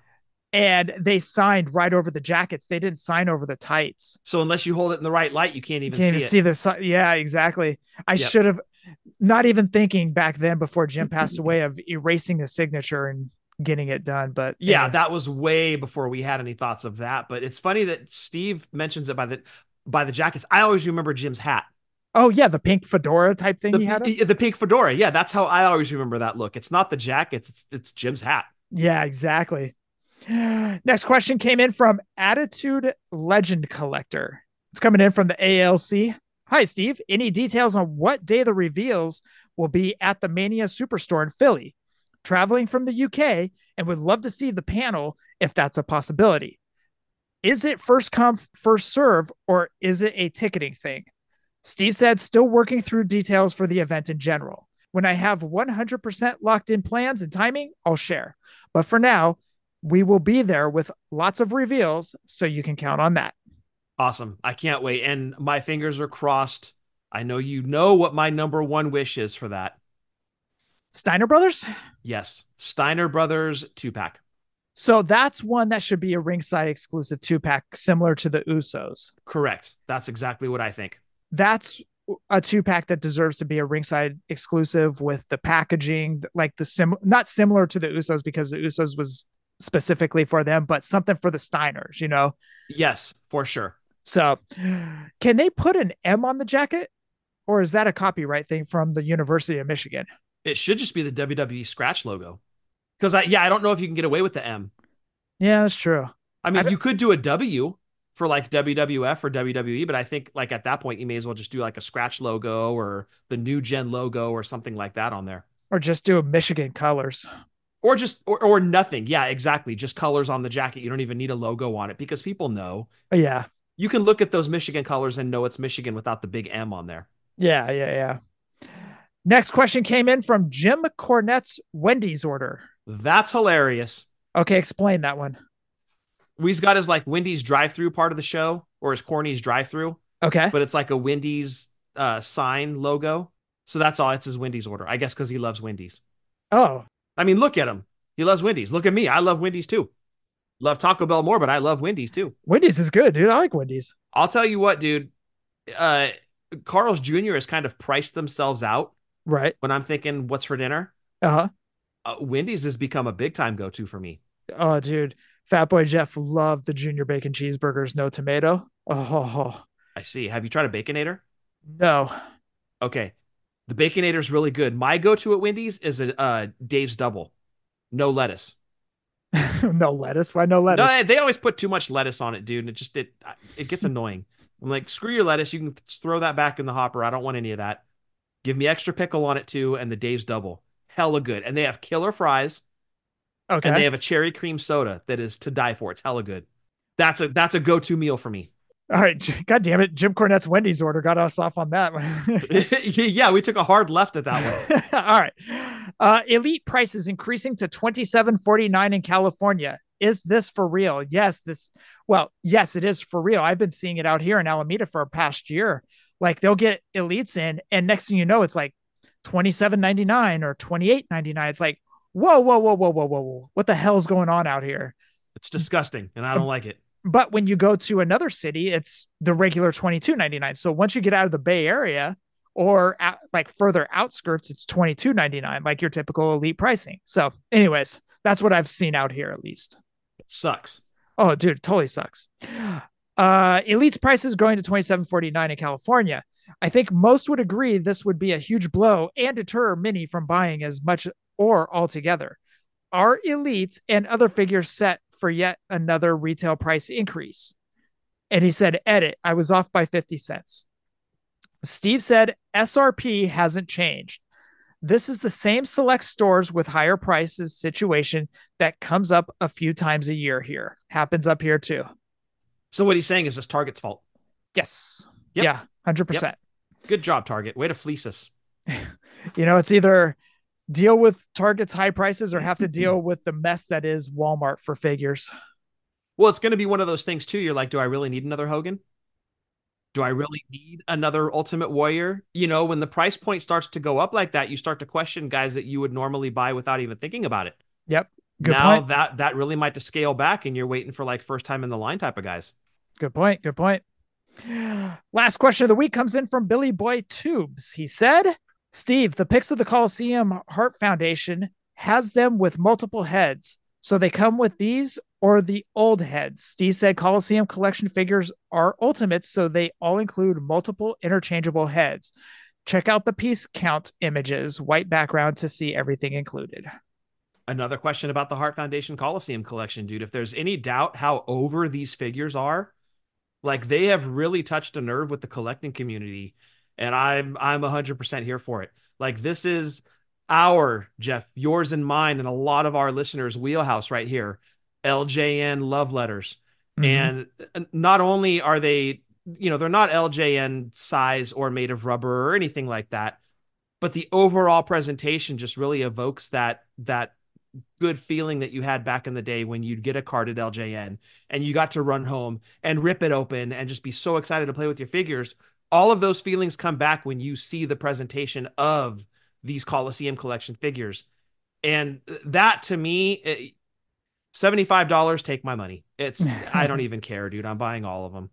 Speaker 8: and they signed right over the jackets. They didn't sign over the tights.
Speaker 9: So unless you hold it in the right light, you can't
Speaker 8: You
Speaker 9: even
Speaker 8: can't
Speaker 9: see
Speaker 8: even
Speaker 9: it.
Speaker 8: see the si- Yeah, exactly. I
Speaker 9: Yep.
Speaker 8: should have not even thinking back then before Jim passed away of erasing the signature and getting it done. But
Speaker 9: Yeah,
Speaker 8: anyway.
Speaker 9: that was way before we had any thoughts of that. But it's funny that Steve mentions it by the by the jackets. I always remember Jim's hat,
Speaker 8: oh yeah, the pink fedora type thing
Speaker 9: the,
Speaker 8: he had. on?
Speaker 9: the, the pink fedora. Yeah, that's how I always remember that look. It's not the jackets; it's, it's Jim's hat.
Speaker 8: Yeah, exactly. Next question came in from Attitude Legend Collector. It's coming in from the ALC. Hi, Steve. Any details on what day the reveals will be at the Mania Superstore in Philly? Traveling from the UK and would love to see the panel if that's a possibility. Is it first come, first serve, or is it a ticketing thing? Steve said, still working through details for the event in general. When I have 100% locked in plans and timing, I'll share. But for now, we will be there with lots of reveals, so you can count on that.
Speaker 9: Awesome! I can't wait, and my fingers are crossed. I know you know what my number one wish is for that.
Speaker 8: Steiner Brothers.
Speaker 9: Yes, Steiner Brothers two pack.
Speaker 8: So that's one that should be a ringside exclusive two pack, similar to the Usos.
Speaker 9: Correct. That's exactly what I think.
Speaker 8: That's a two pack that deserves to be a ringside exclusive with the packaging, like the sim, not similar to the Usos because the Usos was specifically for them, but something for the Steiners, you know?
Speaker 9: Yes, for sure.
Speaker 8: So can they put an M on the jacket? Or is that a copyright thing from the University of Michigan?
Speaker 9: It should just be the WWE scratch logo. Because I yeah, I don't know if you can get away with the M.
Speaker 8: Yeah, that's true.
Speaker 9: I mean, you could do a W for like WWF or WWE, but I think like at that point you may as well just do like a scratch logo or the new gen logo or something like that on there.
Speaker 8: or just do Michigan colors.
Speaker 9: Or just or, or nothing. Yeah, exactly. Just colors on the jacket. You don't even need a logo on it because people know.
Speaker 8: Uh, Yeah.
Speaker 9: You can look at those Michigan colors and know it's Michigan without the big M on there.
Speaker 8: Yeah. Yeah. Yeah. Next question came in from Jim Cornette's Wendy's order.
Speaker 9: That's hilarious.
Speaker 8: Okay. Explain that one.
Speaker 9: We've got his like Wendy's drive through part of the show or his Corny's drive through.
Speaker 8: Okay.
Speaker 9: but it's like a Wendy's uh, sign logo. So that's all. It's his Wendy's order, I guess, because he loves Wendy's.
Speaker 8: Oh,
Speaker 9: I mean, look at him. He loves Wendy's. Look at me. I love Wendy's too. Love Taco Bell more, but I love Wendy's too.
Speaker 8: Wendy's is good, dude. I like Wendy's.
Speaker 9: I'll tell you what, dude. Uh, Carl's Jr. has kind of priced themselves out
Speaker 8: Right.
Speaker 9: when I'm thinking, what's for dinner?
Speaker 8: Uh huh.
Speaker 9: Uh, Wendy's has become a big time go to for me.
Speaker 8: Oh, dude. Fat Boy Jeff loved the junior bacon cheeseburgers, no tomato. Oh,
Speaker 9: I see. Have you tried a Baconator?
Speaker 8: no.
Speaker 9: Okay. The Baconator is really good. My go to at Wendy's is a uh, Dave's Double, no lettuce.
Speaker 8: no lettuce. Why no lettuce?
Speaker 9: No, eh, they always put too much lettuce on it, dude, and it just it it gets annoying. I'm like, screw your lettuce. You can th- throw that back in the hopper. I don't want any of that. Give me extra pickle on it too, and the day's double. Hella good. And they have killer fries,
Speaker 8: okay.
Speaker 9: and they have a cherry cream soda that is to die for. It's hella good. That's a that's a go to meal for me.
Speaker 8: All right, J- God damn it, Jim Cornette's Wendy's order got us off on that one.
Speaker 9: yeah, we took a hard left at that one.
Speaker 8: All right. Uh, elite prices increasing to twenty seven forty nine in California. Is this for real? Yes, this. Well, yes, it is for real. I've been seeing it out here in Alameda for a past year. Like they'll get elites in, and next thing you know, it's like twenty seven ninety nine or twenty eight ninety nine. It's like whoa, whoa, whoa, whoa, whoa, whoa, whoa. What the hell's going on out here?
Speaker 9: It's disgusting, and I don't like it.
Speaker 8: But when you go to another city, it's the regular twenty two ninety nine. So once you get out of the Bay Area, or out, like further outskirts, it's twenty two ninety nine, like your typical elite pricing. So, anyways, that's what I've seen out here at least.
Speaker 9: It sucks.
Speaker 8: Oh, dude, totally sucks. Uh, elite's prices going to twenty seven forty nine in California. I think most would agree this would be a huge blow and deter many from buying as much or altogether. Are elites and other figures set for yet another retail price increase? And he said, "Edit. I was off by fifty cents." Steve said SRP hasn't changed. This is the same select stores with higher prices situation that comes up a few times a year here. Happens up here too.
Speaker 9: So what he's saying is it's Target's fault.
Speaker 8: Yes.
Speaker 9: Yep.
Speaker 8: Yeah, 100%.
Speaker 9: Good job, Target. Way to fleece us.
Speaker 8: You know, it's either deal with Target's high prices or have to deal with the mess that is Walmart for figures.
Speaker 9: Well, it's going to be one of those things too. You're like, do I really need another Hogan? Do I really need another Ultimate Warrior? You know, when the price point starts to go up like that, you start to question guys that you would normally buy without even thinking about it.
Speaker 8: Yep. Good
Speaker 9: now
Speaker 8: point.
Speaker 9: that that really might to scale back, and you're waiting for like first time in the line type of guys.
Speaker 8: Good point. Good point. Last question of the week comes in from Billy Boy Tubes. He said, Steve, the pics of the Coliseum Heart Foundation has them with multiple heads. So they come with these or the old heads. Steve said Coliseum collection figures are ultimates, so they all include multiple interchangeable heads. Check out the piece count images, white background to see everything included.
Speaker 9: Another question about the Hart Foundation Coliseum collection, dude. If there's any doubt how over these figures are, like they have really touched a nerve with the collecting community, and I'm I'm 100% here for it. Like this is our Jeff, yours and mine, and a lot of our listeners' wheelhouse right here. LJN love letters. and not only are they you know they're not ljn size or made of rubber or anything like that but the overall presentation just really evokes that that good feeling that you had back in the day when you'd get a carded ljn and you got to run home and rip it open and just be so excited to play with your figures all of those feelings come back when you see the presentation of these coliseum collection figures and that to me it- $75 take my money it's i don't even care dude i'm buying all of them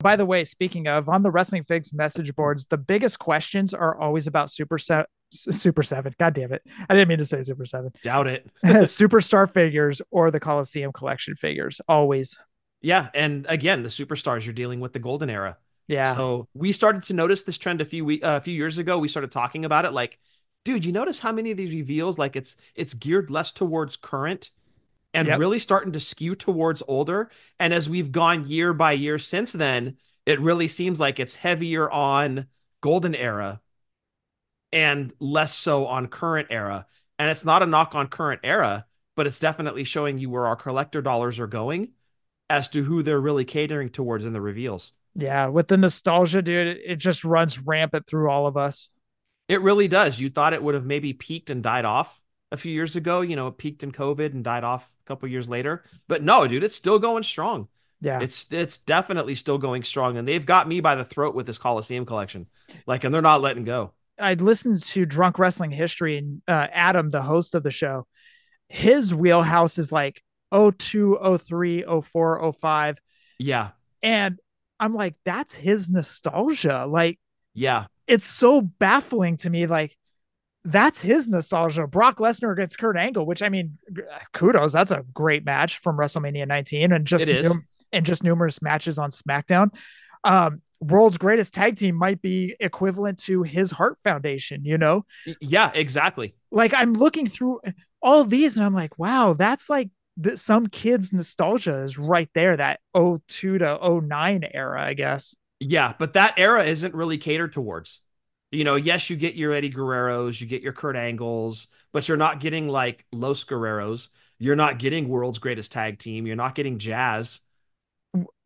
Speaker 8: By the way, speaking of on the Wrestling Figs message boards, the biggest questions are always about Super Se- S- Super Seven. God damn it! I didn't mean to say Super Seven.
Speaker 9: doubt it
Speaker 8: Superstar figures or the Coliseum collection figures. Always.
Speaker 9: yeah and again the superstars you're dealing with the golden era
Speaker 8: Yeah.
Speaker 9: so we started to notice this trend a few we- uh, a few years ago we started talking about it like dude you notice how many of these reveals like it's it's geared less towards current and
Speaker 8: Yep.
Speaker 9: really starting to skew towards older and as we've gone year by year since then it really seems like it's heavier on golden era and less so on current era. And it's not a knock on current era, but it's definitely showing you where our collector dollars are going as to who they're really catering towards in the reveals.
Speaker 8: yeah. With the nostalgia, dude, it- it just runs rampant through all of us.
Speaker 9: It really does. You thought it would have maybe peaked and died off a few years ago, you know, it peaked in COVID and died off a couple years later. But no, dude, it's still going strong.
Speaker 8: Yeah.
Speaker 9: It's it's definitely still going strong and they've got me by the throat with this Coliseum collection. Like and they're not letting go.
Speaker 8: I listened to Drunk Wrestling History and uh, Adam, the host of the show, his wheelhouse is like 02, 03, 04, 05.
Speaker 9: Yeah.
Speaker 8: And I'm like, that's his nostalgia. Like,
Speaker 9: Yeah.
Speaker 8: it's so baffling to me. Like, that's his nostalgia. Brock Lesnar against Kurt Angle, which I mean, g- uh, kudos. That's a great match from WrestleMania 19, and just
Speaker 9: It is.
Speaker 8: num- and just numerous matches on SmackDown. Um, World's Greatest Tag Team might be equivalent to his Heart Foundation. You know,
Speaker 9: Y- Yeah, exactly.
Speaker 8: like I'm looking through all these, and I'm like, wow, that's like th- some kids' nostalgia is right there. That 02 to 09 era, I guess.
Speaker 9: Yeah, but that era isn't really catered towards. You know, yes, you get your Eddie Guerreros, you get your Kurt Angles, but you're not getting like Los Guerreros. You're not getting World's Greatest Tag Team. You're not getting Jazz.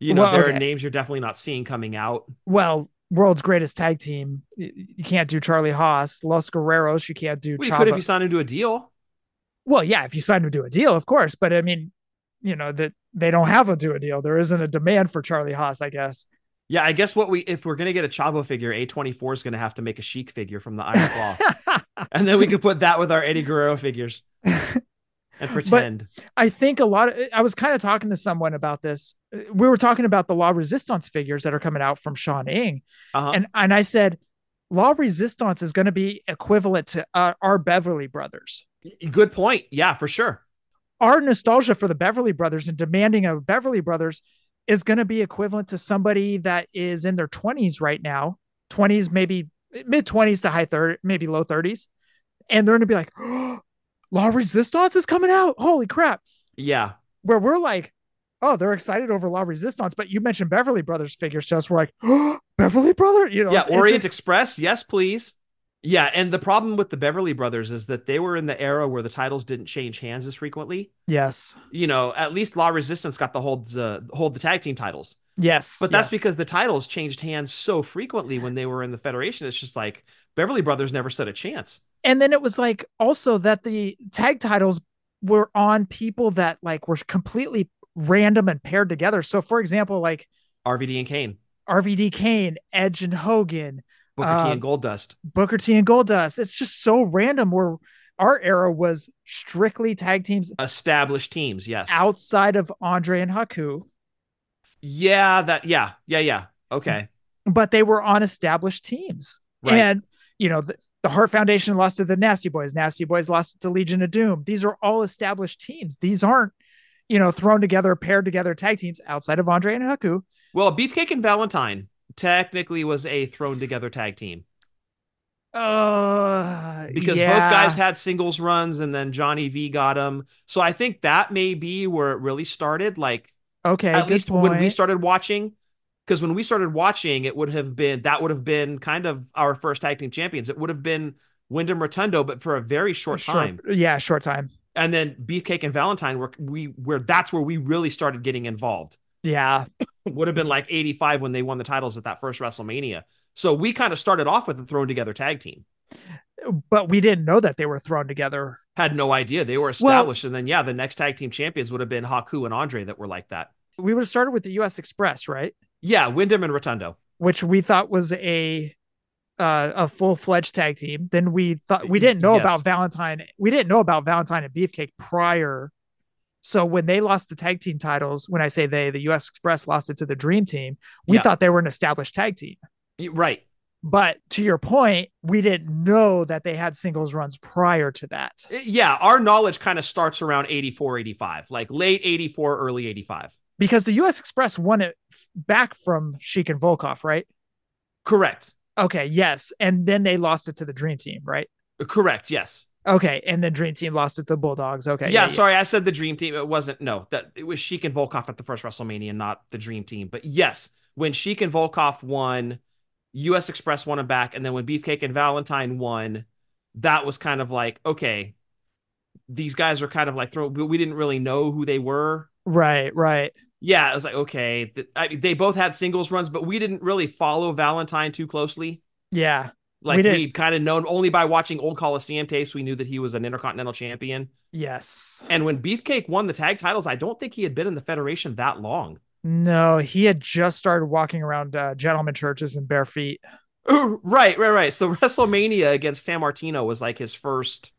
Speaker 9: You know,
Speaker 8: Well,
Speaker 9: there
Speaker 8: okay.
Speaker 9: are names you're definitely not seeing coming out.
Speaker 8: well, world's greatest tag team. Y- You can't do Charlie Haas, Los Guerreros. You can't do.
Speaker 9: Well, you
Speaker 8: Chavo.
Speaker 9: could if you signed him to a deal.
Speaker 8: well, yeah, if you sign him to a deal, of course. But I mean, you know that they don't have a do a deal. There isn't a demand for Charlie Haas, I guess.
Speaker 9: Yeah, I guess what we if we're gonna get a Chavo figure, A24 is gonna have to make a chic figure from the Iron Claw. and then we could put that with our Eddie Guerrero figures and pretend.
Speaker 8: I think a lot of I was kind of talking to someone about this. We were talking about the Law Resistance figures that are coming out from Sean Ing,
Speaker 9: uh-huh.
Speaker 8: and and I said Law Resistance is going to be equivalent to uh, our Beverly Brothers.
Speaker 9: Good point. Yeah, for sure.
Speaker 8: Our nostalgia for the Beverly Brothers and demanding of Beverly Brothers is going to be equivalent to somebody that is in their 20s right now, 20s maybe mid 20s to high 30 maybe low 30s, and they're going to be like, Law Resistance is coming out. Holy crap.
Speaker 9: Yeah.
Speaker 8: where we're like, oh, they're excited over Law Resistance, but you mentioned Beverly Brothers figures to us. We're like, oh, Beverly Brother, you know,
Speaker 9: Yeah.
Speaker 8: it's- it's-
Speaker 9: Orient Express, yes, please. Yeah. And the problem with the Beverly brothers is that they were in the era where the titles didn't change hands as frequently.
Speaker 8: yes,
Speaker 9: You know, at least Law Resistance got the hold the hold the tag team titles.
Speaker 8: yes,
Speaker 9: But that's
Speaker 8: yes.
Speaker 9: because the titles changed hands so frequently when they were in the Federation. It's just like Beverly Brothers never stood a chance.
Speaker 8: and then it was like also that the tag titles were on people that like were completely random and paired together. So, for example, like
Speaker 9: RVD and Kane,
Speaker 8: RVD Kane, Edge and Hogan,
Speaker 9: Booker T
Speaker 8: Um,
Speaker 9: and Goldust.
Speaker 8: Booker T and Goldust. It's just so random. Where our era was strictly tag teams
Speaker 9: Established teams, yes.
Speaker 8: outside of Andre and Haku.
Speaker 9: Yeah, that yeah, yeah, yeah. Okay.
Speaker 8: but they were on established teams.
Speaker 9: Right.
Speaker 8: And, you know, the, the Hart Foundation lost to the Nasty Boys. Nasty Boys lost to Legion of Doom. These are all established teams. These aren't, you know, thrown together, paired together tag teams outside of Andre and Haku.
Speaker 9: Well, Beefcake and Valentine technically was a thrown together tag team
Speaker 8: Uh,
Speaker 9: because
Speaker 8: yeah.
Speaker 9: both guys had singles runs and then Johnny V got them. So I think that may be where it really started. Like
Speaker 8: okay,
Speaker 9: at
Speaker 8: good
Speaker 9: least when we
Speaker 8: point.
Speaker 9: started watching, because when we started watching, it would have been that would have been kind of our first tag team champions. It would have been Wyndham Rotundo, but for a very short time.
Speaker 8: yeah, short time.
Speaker 9: And then Beefcake and Valentine were we where that's where we really started getting involved.
Speaker 8: Yeah,
Speaker 9: would have been like 85 when they won the titles at that first WrestleMania. So we kind of started off with a thrown together tag team.
Speaker 8: but we didn't know that they were thrown together.
Speaker 9: Had no idea they were established. and then, yeah, the next tag team champions would have been Haku and Andre that were like that.
Speaker 8: We would have started with the U.S. Express, right?
Speaker 9: Yeah, Wyndham and Rotundo.
Speaker 8: Which we thought was a uh, a full fledged tag team. Then we thought we didn't know
Speaker 9: Yes.
Speaker 8: about Valentine. We didn't know about Valentine and Beefcake prior. So when they lost the tag team titles, when I say they, the U.S. Express lost it to the Dream Team. We
Speaker 9: Yeah.
Speaker 8: thought they were an established tag team.
Speaker 9: Y- Right.
Speaker 8: But to your point, we didn't know that they had singles runs prior to that.
Speaker 9: I- Yeah, our knowledge kind of starts around 84, 85, like late 84, early 85.
Speaker 8: Because the U.S. Express won it f- back from Sheik and Volkov, right?
Speaker 9: Correct.
Speaker 8: Okay, yes, and then they lost it to the Dream Team, right?
Speaker 9: Correct. Yes.
Speaker 8: Okay, and then Dream Team lost it to the Bulldogs. Okay,
Speaker 9: yeah, sorry, I said the dream team. It wasn't no, that it was Sheik and Volkov at the first WrestleMania, not the dream team. But yes, when Sheik and Volkov won, US Express won them back, and then when Beefcake and Valentine won, that was kind of like, okay, these guys are kind of like throw we we didn't really know who they were.
Speaker 8: Right, right.
Speaker 9: Yeah, it was like, okay, th- I mean, they both had singles runs, but we didn't really follow Valentine too closely.
Speaker 8: Yeah.
Speaker 9: Like
Speaker 8: didn't.
Speaker 9: we kind of known only by watching old Coliseum tapes, we knew that he was an intercontinental champion.
Speaker 8: Yes.
Speaker 9: And when Beefcake won the tag titles, I don't think he had been in the Federation that long.
Speaker 8: No, he had just started walking around uh, gentleman churches in bare feet.
Speaker 9: Ooh, right, right, right. So WrestleMania against San Martino was like his first.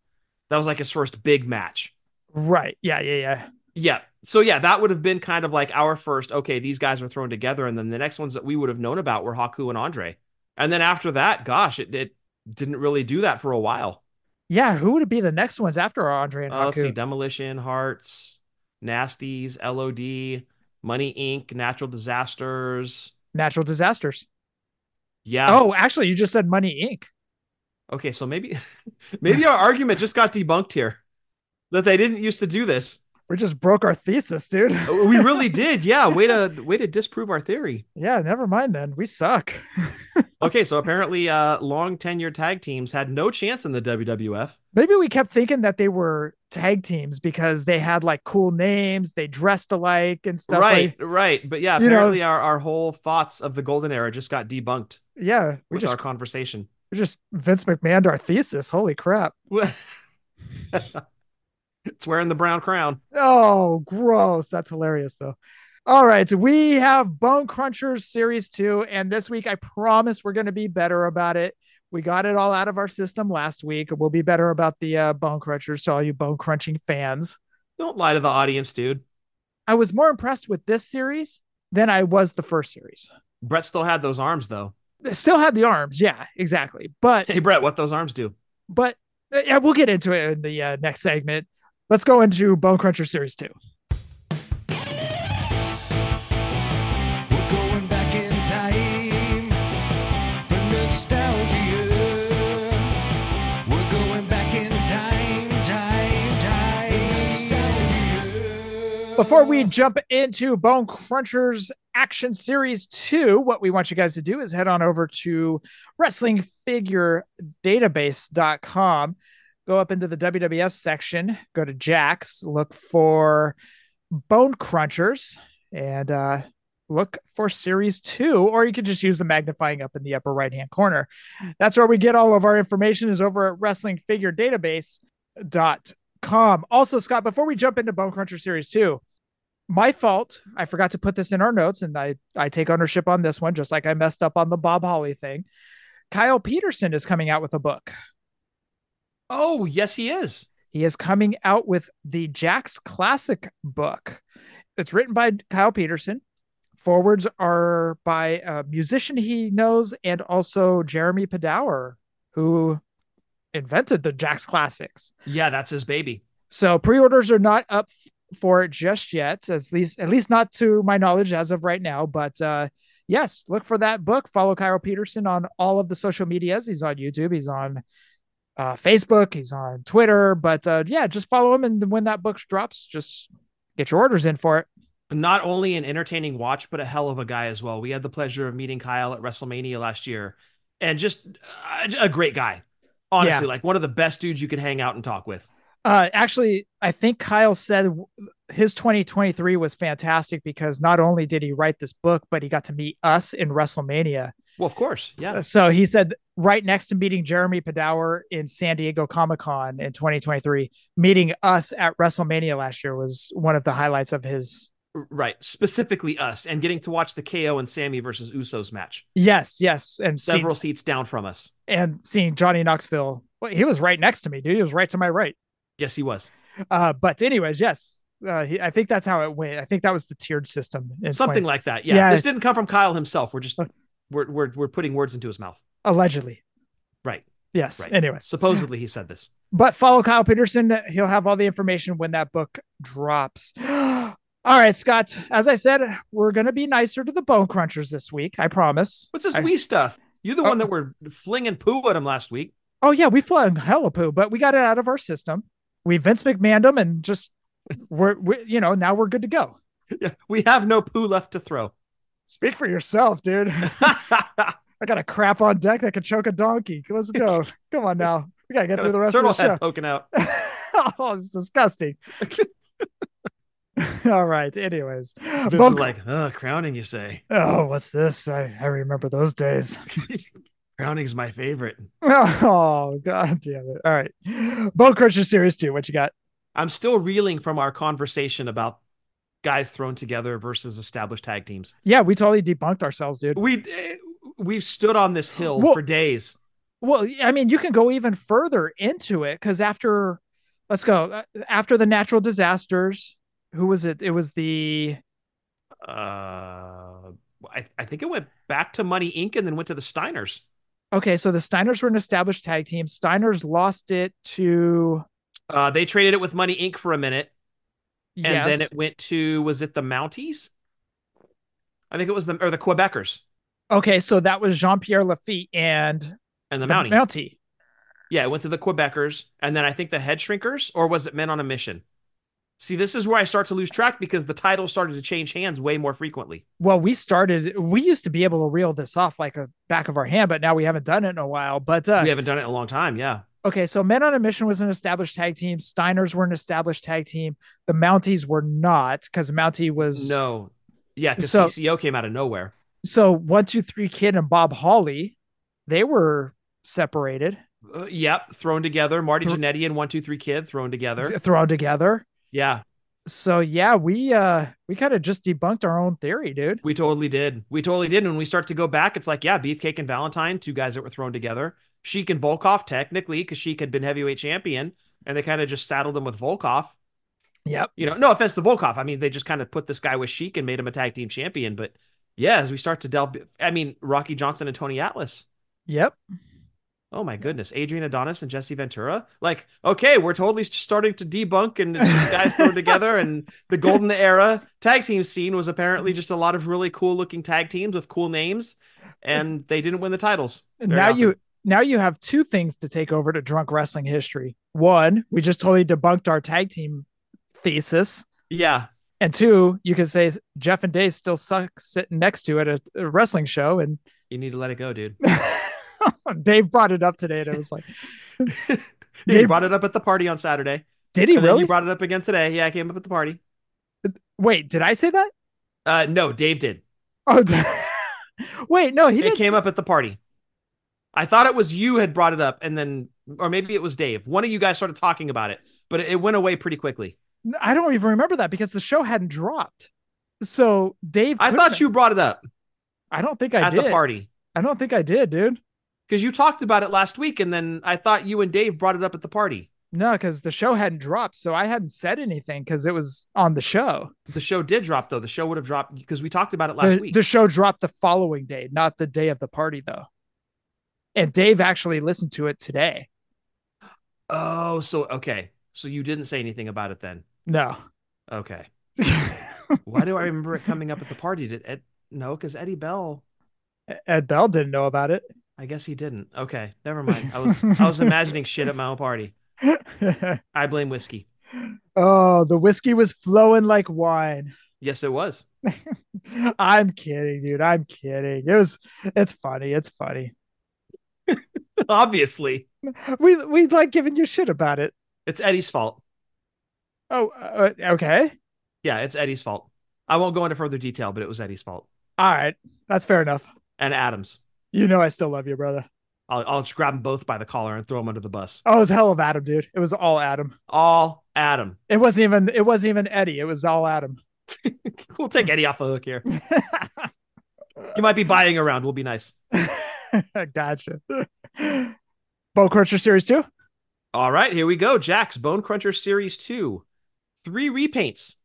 Speaker 9: That was like his first big match.
Speaker 8: Right. Yeah. Yeah. Yeah.
Speaker 9: Yeah. So yeah, that would have been kind of like our first. Okay, these guys are thrown together, and then the next ones that we would have known about were Haku and Andre. And then after that, gosh, it, it didn't really do that for a while.
Speaker 8: Yeah. Who would be the next ones after Andre and
Speaker 9: Uh, let's see:
Speaker 8: Haku?
Speaker 9: Demolition, Hearts, Nasties, LOD, Money Inc., Natural Disasters.
Speaker 8: Natural disasters.
Speaker 9: Yeah.
Speaker 8: Oh, actually, you just said Money Inc.
Speaker 9: Okay, so maybe maybe our argument just got debunked here that they didn't used to do this. Uh,
Speaker 8: We just broke our thesis, dude.
Speaker 9: we really did. Yeah. Way to way to disprove our theory.
Speaker 8: yeah, never mind then. We suck.
Speaker 9: Okay, so apparently uh long tenure tag teams had no chance in the WWF.
Speaker 8: Maybe we kept thinking that they were tag teams because they had like cool names, they dressed alike and stuff. like-
Speaker 9: right, right. But yeah,
Speaker 8: You know-
Speaker 9: apparently our, our whole thoughts of the golden era just got debunked
Speaker 8: yeah, we
Speaker 9: with
Speaker 8: just
Speaker 9: our conversation.
Speaker 8: we just Vince McMahon our thesis. Holy crap!
Speaker 9: it's wearing the brown crown.
Speaker 8: Oh, gross. That's hilarious, though. All right. We have Bone Crunchers Series 2. And this week, I promise we're going to be better about it. We got it all out of our system last week. We'll be better about the uh, Bone Crunchers. So, all you Bone Crunching fans,
Speaker 9: Don't lie to the audience, dude.
Speaker 8: I was more impressed with this series than I was the first series.
Speaker 9: Brett still had those arms though.
Speaker 8: It still had the arms. Yeah, exactly. But
Speaker 9: Hey Brett, what those arms do?
Speaker 8: but uh, yeah, we'll get into it in the uh, next segment. Let's go into Bone Cruncher Series 2. Before we jump into Bone Crunchers Action Series 2, what we want you guys to do is head on over to wrestlingfiguredatabase.com. Go up into the WWF section, go to Jack's, look for Bone Crunchers, and uh, look for Series 2, or you could just use the magnifying up in the upper right hand corner. That's where we get all of our information is over at wrestlingfiguredatabase.com. Also, Scott, before we jump into Bone Cruncher Series 2, my fault. I forgot to put this in our notes, and I I take ownership on this one, just like I messed up on the Bob Holly thing. Kyle Peterson is coming out with a book.
Speaker 9: Oh, yes, he is.
Speaker 8: He is coming out with the Jack's Classic book. It's written by Kyle Peterson. Forwards are by a musician he knows and also Jeremy Padower, who invented the Jack's Classics.
Speaker 9: Yeah, that's his baby.
Speaker 8: So pre-orders are not up f- for it just yet, at least at least not to my knowledge as of right now. But uh, yes, look for that book. Follow Cairo Peterson on all of the social medias. He's on YouTube. He's on uh, Facebook. He's on Twitter. But uh, yeah, just follow him, and when that book drops, just get your orders in for it.
Speaker 9: Not only an entertaining watch, but a hell of a guy as well. We had the pleasure of meeting Kyle at WrestleMania last year and just uh, a great guy. Honestly,
Speaker 8: Yeah.
Speaker 9: like one of the best dudes you could hang out and talk with.
Speaker 8: Uh, actually, I think Kyle said w- his 2023 was fantastic because not only did he write this book, but he got to meet us in WrestleMania.
Speaker 9: Well, of course. Yeah.
Speaker 8: Uh, So he said, right next to meeting Jeremy Padower in San Diego Comic Con in 2023, meeting us at WrestleMania last year was one of the highlights of his.
Speaker 9: Right. Specifically us and getting to watch the KO and Sammy versus Usos match.
Speaker 8: Yes, yes, and seeing-
Speaker 9: Several seats down from us.
Speaker 8: and seeing Johnny Knoxville. Well, he was right next to me, dude. He was right to my right.
Speaker 9: Yes, he was.
Speaker 8: Uh, but anyways, yes, uh, he, I think that's how it went. I think that was the tiered system. in
Speaker 9: Something
Speaker 8: 20
Speaker 9: like that. Yeah.
Speaker 8: Yeah.
Speaker 9: This didn't come from Kyle himself. We're just we're we're we're putting words into his mouth.
Speaker 8: allegedly.
Speaker 9: Right.
Speaker 8: Yes.
Speaker 9: Right.
Speaker 8: Anyways.
Speaker 9: Supposedly he said this.
Speaker 8: But follow Kyle Peterson. He'll have all the information when that book drops. all right, Scott. As I said, we're going to be nicer to the bone crunchers this week. I promise.
Speaker 9: What's this
Speaker 8: I-
Speaker 9: wee stuff? You're the
Speaker 8: Oh.
Speaker 9: one that were flinging poo at him last week.
Speaker 8: Oh, yeah. We flung hella poo, but we got it out of our system. We Vince McMahon them and just, we're, we, you know, now we're good to go.
Speaker 9: Yeah, we have no poo left to throw.
Speaker 8: Speak for yourself, dude.
Speaker 9: Got
Speaker 8: I got a crap on deck that could choke a donkey. Let's go. Come on now. We got to get
Speaker 9: a
Speaker 8: through the rest of
Speaker 9: turtle
Speaker 8: the show.
Speaker 9: head poking out.
Speaker 8: oh, it's disgusting. all right. Anyways,
Speaker 9: Vince
Speaker 8: Bone-
Speaker 9: is like, oh, crowning, you say?
Speaker 8: Oh, what's this? I, I remember those days.
Speaker 9: Crowning's my favorite.
Speaker 8: Oh, god damn it. All right. Bone Crusher Series 2, what you got?
Speaker 9: I'm still reeling from our conversation about guys thrown together versus established tag teams.
Speaker 8: Yeah, we totally debunked ourselves, dude.
Speaker 9: We eh, we've stood on this hill
Speaker 8: Well-
Speaker 9: for days.
Speaker 8: Well, I mean, you can go even further into it because after, let's go, uh, after the natural disasters, who was it? It was the,
Speaker 9: Uh, I, I think it went back to Money Inc. and then went to the Steiners.
Speaker 8: okay, so the Steiners were an established tag team. Steiners lost it to,
Speaker 9: Uh, they traded it with Money Inc. for a minute, and
Speaker 8: yes,
Speaker 9: then it went to was it the Mounties? I think it was the or the Quebecers
Speaker 8: okay, so that was Jean Pierre Lafitte and
Speaker 9: and the,
Speaker 8: the
Speaker 9: Mountie.
Speaker 8: Mountie.
Speaker 9: Yeah, it went to the Quebecers, and then I think the Head Shrinkers, or was it Men on a Mission? See, this is where I start to lose track because the title started to change hands way more frequently.
Speaker 8: well we started we used to be able to reel this off like a back of our hand but now we haven't done it in a while but uh
Speaker 9: We haven't done it in a long time. Yeah.
Speaker 8: okay so men on a mission was an established tag team steiners were an established tag team the mounties were not because mountie was
Speaker 9: No. Yeah, because
Speaker 8: So-
Speaker 9: PCO came out of nowhere.
Speaker 8: so one two three kid and bob hawley they were separated
Speaker 9: Uh, yep, thrown together. Marty
Speaker 8: Thr-
Speaker 9: Jannetty and One Two Three Kid thrown together.
Speaker 8: thrown together
Speaker 9: Yeah,
Speaker 8: so yeah we uh we kind of just debunked our own theory dude
Speaker 9: we totally did. We totally did. And when we start to go back, it's like, yeah, Beefcake and Valentine, two guys that were thrown together. Sheik and Volkov, technically, because Sheik had been heavyweight champion, and they kind of just saddled him with Volkov.
Speaker 8: yep
Speaker 9: You know, no offense to Volkov. I mean, they just kind of put this guy with Sheik and made him a tag team champion. But yeah, as we start to delve, I mean, Rocky Johnson and Tony Atlas.
Speaker 8: yep
Speaker 9: Oh my goodness, Adrian Adonis and Jesse Ventura. Like, okay, we're totally starting to debunk and it's just guys thrown together. And the golden era tag team scene was apparently just a lot of really cool looking tag teams with cool names, and they didn't win the titles. very
Speaker 8: now you
Speaker 9: often.
Speaker 8: now you have two things to take over to drunk wrestling history. One, we just totally debunked our tag team thesis,
Speaker 9: yeah,
Speaker 8: and two, you can say Jeff and Dave still suck sitting next to at a, a wrestling show, and
Speaker 9: you need to let it go, dude.
Speaker 8: Dave brought it up today, and it was like,
Speaker 9: You
Speaker 8: Dave-
Speaker 9: brought it up at the party on Saturday.
Speaker 8: did he
Speaker 9: and then
Speaker 8: really?
Speaker 9: you brought it up again today. Yeah, I came up at the party.
Speaker 8: Wait, did I say that?
Speaker 9: Uh, no, Dave did.
Speaker 8: Oh, d- wait, no, he
Speaker 9: it
Speaker 8: didn't.
Speaker 9: came
Speaker 8: say-
Speaker 9: up at the party. I thought it was you had brought it up, and then, or maybe it was Dave. One of you guys started talking about it, but it went away pretty quickly.
Speaker 8: I don't even remember that because the show hadn't dropped. So Dave,
Speaker 9: I
Speaker 8: couldn't-
Speaker 9: thought you brought it up
Speaker 8: I don't think I
Speaker 9: at
Speaker 8: did.
Speaker 9: the party
Speaker 8: I don't think I did, dude.
Speaker 9: because you talked about it last week, and then I thought you and Dave brought it up at the party.
Speaker 8: No, because the show hadn't dropped, so I hadn't said anything because it was on the show.
Speaker 9: The show did drop though. The show would have dropped because we talked about it last
Speaker 8: the,
Speaker 9: week.
Speaker 8: the show dropped the following day, not the day of the party, though. And Dave actually listened to it today.
Speaker 9: oh, so okay, so you didn't say anything about it then.
Speaker 8: No,
Speaker 9: Okay, why do I remember it coming up at the party? Did Ed? No, because Eddie Bell.
Speaker 8: Ed Bell didn't know about it.
Speaker 9: I guess he didn't. Okay, never mind. I was I was imagining shit at my own party. I blame whiskey.
Speaker 8: oh, the whiskey was flowing like wine.
Speaker 9: Yes, it was.
Speaker 8: I'm kidding, dude. I'm kidding. It was. It's funny. It's funny.
Speaker 9: Obviously,
Speaker 8: We we like giving you shit about it.
Speaker 9: it's Eddie's fault.
Speaker 8: Oh, uh, okay.
Speaker 9: Yeah, it's Eddie's fault. I won't go into further detail, but it was Eddie's fault
Speaker 8: All right. That's fair enough.
Speaker 9: and Adams.
Speaker 8: You know I still love you, brother.
Speaker 9: I'll, I'll just grab them both by the collar and throw them under the bus.
Speaker 8: Oh, it was hell of Adam, dude. It was all Adam.
Speaker 9: All Adam.
Speaker 8: It wasn't even. It wasn't even Eddie. It was all Adam.
Speaker 9: We'll take Eddie off the hook here. You might be buying around. We'll be nice.
Speaker 8: gotcha. Bone Crusher Series 2?
Speaker 9: All right, here we go. Jack's Bone Cruncher Series 2. Three repaints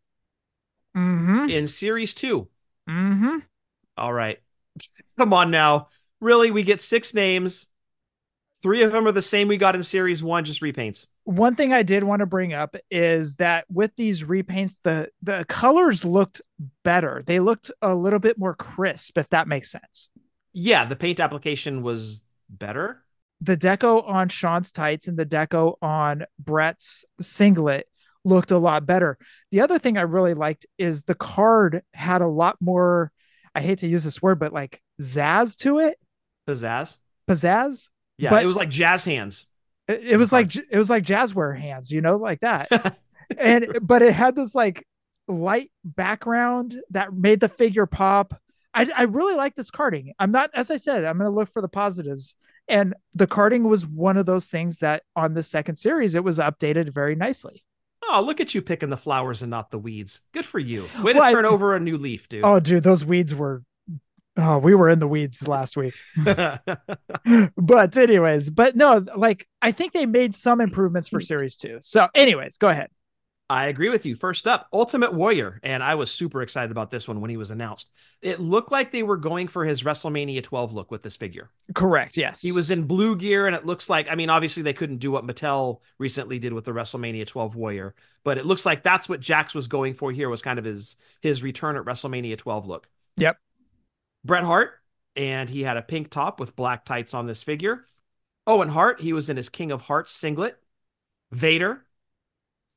Speaker 8: Mm-hmm.
Speaker 9: in Series 2.
Speaker 8: Mm-hmm.
Speaker 9: All right. Come on now. Really, we get six names. Three of them are the same we got in Series 1, just repaints.
Speaker 8: One thing I did want to bring up is that with these repaints, the the colors looked better. They looked a little bit more crisp, if that makes sense.
Speaker 9: Yeah, the paint application was better.
Speaker 8: The deco on Sean's tights and the deco on Brett's singlet looked a lot better. The other thing I really liked is the card had a lot more, I hate to use this word, but like zazz to it,
Speaker 9: Pizzazz.
Speaker 8: pizzazz.
Speaker 9: Yeah,
Speaker 8: But-
Speaker 9: it was like jazz hands.
Speaker 8: it, it was
Speaker 9: Okay.
Speaker 8: like j- it was like jazzware hands you know like that
Speaker 9: Oh,
Speaker 8: and but it had this like light background that made the figure pop i, I really like this carding i'm not as i said i'm going to look for the positives and the carding was one of those things that on the second series it was updated very nicely
Speaker 9: Oh, look at you picking the flowers and not the weeds. Good for you. Way to
Speaker 8: Well, I-
Speaker 9: turn over a new leaf, dude.
Speaker 8: oh dude those weeds were oh we were in the weeds last week but anyways but no like i think they made some improvements for series two so anyways go ahead
Speaker 9: I agree with you. First up, Ultimate Warrior. And I was super excited about this one when he was announced. It looked like they were going for his WrestleMania 12 look with this figure.
Speaker 8: correct yes
Speaker 9: He was in blue gear, and it looks like, I mean, obviously they couldn't do what Mattel recently did with the WrestleMania 12 Warrior, but it looks like that's what Jax was going for here was kind of his his return at WrestleMania 12 look.
Speaker 8: Yep.
Speaker 9: Bret Hart, and he had a pink top with black tights on this figure. Owen Hart, he was in his King of Hearts singlet. Vader,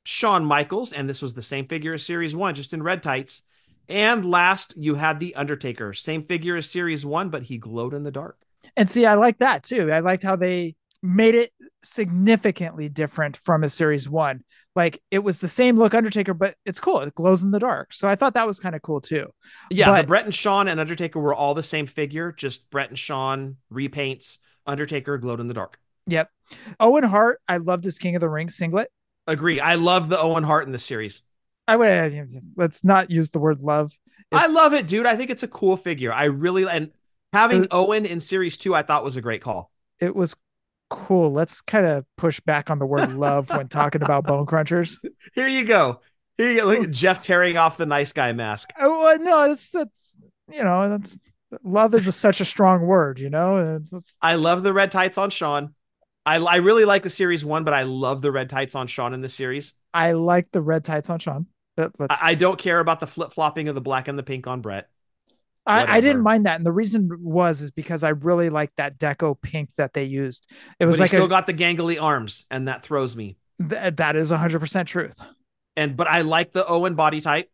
Speaker 9: Shawn Michaels, and this was the same figure as Series 1, just in red tights. And last, you had The Undertaker, same figure as Series 1, but he glowed in the dark.
Speaker 8: And see, I like that too. I liked how they made it significantly different from a series one. Like it was the same look Undertaker, but it's cool. It glows in the dark. So I thought that was kind of cool too.
Speaker 9: Yeah,
Speaker 8: But-
Speaker 9: the Brett and Shawn and Undertaker were all the same figure, just Brett and Shawn repaints, Undertaker glowed in the dark.
Speaker 8: Yep. Owen Hart, I loved his King of the Ring singlet.
Speaker 9: Agree. I love the Owen Hart in the series.
Speaker 8: I would let's not use the word love. It-
Speaker 9: I love it, dude. I think it's a cool figure. I really and having
Speaker 8: Uh,
Speaker 9: Owen in series two, I thought was a great call.
Speaker 8: It was cool. Let's kind of push back on the word love when talking about bone crunchers.
Speaker 9: Here you go. Here you go. Look at Jeff tearing off the nice guy mask.
Speaker 8: Oh well, no, it's that's you know, that's love is a, such a strong word, you know. It's, it's,
Speaker 9: I love the red tights on Sean. I, I really like the series one, but I love the red tights on Sean in the series.
Speaker 8: I like the red tights on Sean. But let's
Speaker 9: I, I don't care about the flip flopping of the black and the pink on Brett.
Speaker 8: I, I
Speaker 9: Whatever.
Speaker 8: didn't mind that, and the reason was is because I really liked that deco pink that they used. It
Speaker 9: But
Speaker 8: was
Speaker 9: he
Speaker 8: like
Speaker 9: still
Speaker 8: a,
Speaker 9: got the gangly arms, and that throws me.
Speaker 8: th- that is hundred percent truth.
Speaker 9: And but I like the Owen body type.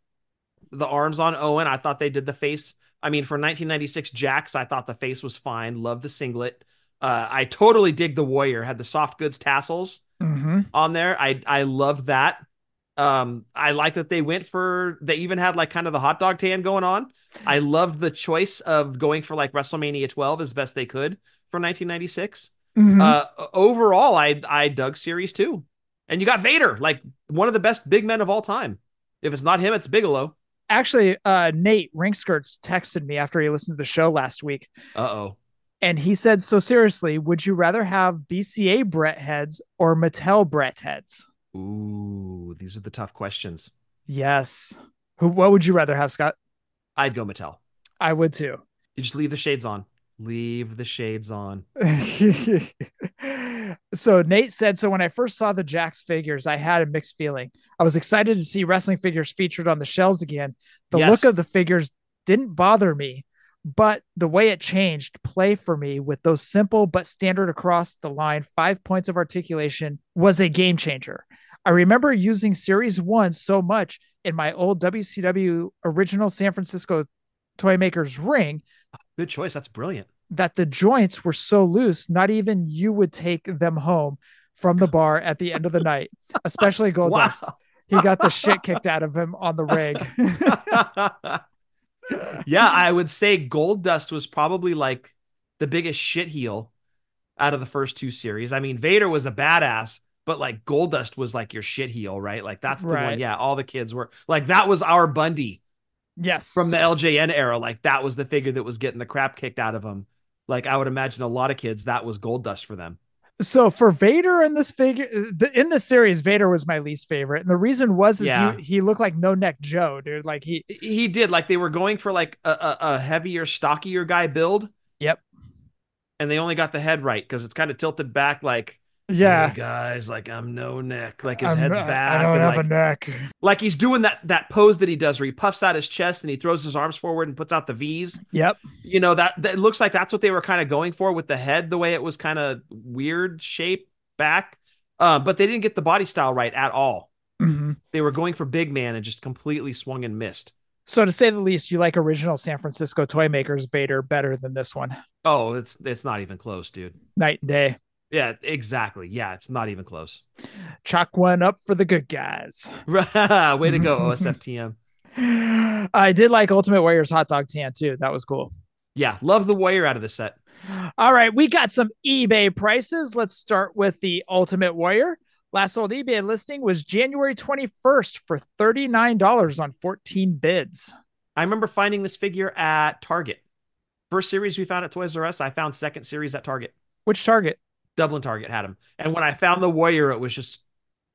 Speaker 9: The arms on Owen. I thought they did the face. I mean, for 1996 Jacks, I thought the face was fine. Love the singlet. Uh, I totally dig the Warrior. Had the soft goods tassels
Speaker 8: Mm-hmm.
Speaker 9: on there. I I love that. Um, I like that they went for. They even had like kind of the hot dog tan going on. I loved the choice of going for like WrestleMania 12 as best they could for 1996
Speaker 8: Mm-hmm.
Speaker 9: uh overall i i dug series two and you got vader like one of the best big men of all time if it's not him it's bigelow
Speaker 8: Actually, uh, Nate Ringskirts texted me after he listened to the show last week,
Speaker 9: uh-oh
Speaker 8: and he said, "So seriously, would you rather have BCA Brett heads or Mattel Brett heads?"
Speaker 9: ooh these are the tough questions
Speaker 8: Yes. Who? What would you rather have, Scott?
Speaker 9: i'd go mattel
Speaker 8: I would too.
Speaker 9: you just leave the shades on leave the shades on
Speaker 8: so Nate said, so when I first saw the Jax figures, I had a mixed feeling. I was excited to see wrestling figures featured on the shelves again. The
Speaker 9: Yes.
Speaker 8: look of the figures didn't bother me, but the way it changed play for me with those simple but standard across the line five points of articulation was a game changer. I remember using Series 1 so much in my old WCW original San Francisco Toy Makers ring
Speaker 9: good choice that's brilliant
Speaker 8: that the joints were so loose, not even you would take them home from the bar at the end of the night, especially Goldust. He got the shit kicked out of him on the rig.
Speaker 9: yeah i would say gold dust was probably like the biggest shit heel out of the first two series i mean vader was a badass but like gold dust was like your shit heel right like that's the
Speaker 8: Right.
Speaker 9: one yeah all the kids were like that was our bundy
Speaker 8: yes.
Speaker 9: from the ljn era like that was the figure that was getting the crap kicked out of him like i would imagine a lot of kids that was gold dust for them
Speaker 8: so for Vader in this figure the, in this series, Vader was my least favorite, and the reason was is
Speaker 9: Yeah.
Speaker 8: he, he looked like no neck Joe, dude. Like he
Speaker 9: he did like they were going for like a, a, a heavier stockier guy build
Speaker 8: Yep.
Speaker 9: and they only got the head right because it's kind of tilted back like
Speaker 8: yeah.
Speaker 9: "Hey, guys like i'm no neck like his
Speaker 8: I'm-
Speaker 9: head's
Speaker 8: I-
Speaker 9: back
Speaker 8: I don't
Speaker 9: and,
Speaker 8: have
Speaker 9: like,
Speaker 8: a neck.
Speaker 9: like he's doing that that pose that he does where he puffs out his chest and he throws his arms forward and puts out the v's
Speaker 8: Yep.
Speaker 9: you know that that it looks like that's what they were kind of going for with the head the way it was kind of weird shape back uh, but they didn't get the body style right at all
Speaker 8: hmm
Speaker 9: they were going for big man and just completely swung and missed
Speaker 8: So to say the least, you like original San Francisco Toy Makers Vader better than this one.
Speaker 9: oh it's it's not even close dude
Speaker 8: Night and day.
Speaker 9: yeah exactly yeah it's not even close
Speaker 8: Chalk one up for the good guys.
Speaker 9: way to go osftm
Speaker 8: I did like Ultimate Warriors hot dog tan too. That was cool.
Speaker 9: yeah love the warrior out of the set
Speaker 8: All right, we got some eBay prices. Let's start with the Ultimate Warrior. Last old eBay listing was January 21st for $39 on 14 bids.
Speaker 9: I remember finding this figure at Target. First series we found at Toys R Us. I found second series at Target.
Speaker 8: Which target?
Speaker 9: Dublin Target had him. And when I found the Warrior, it was just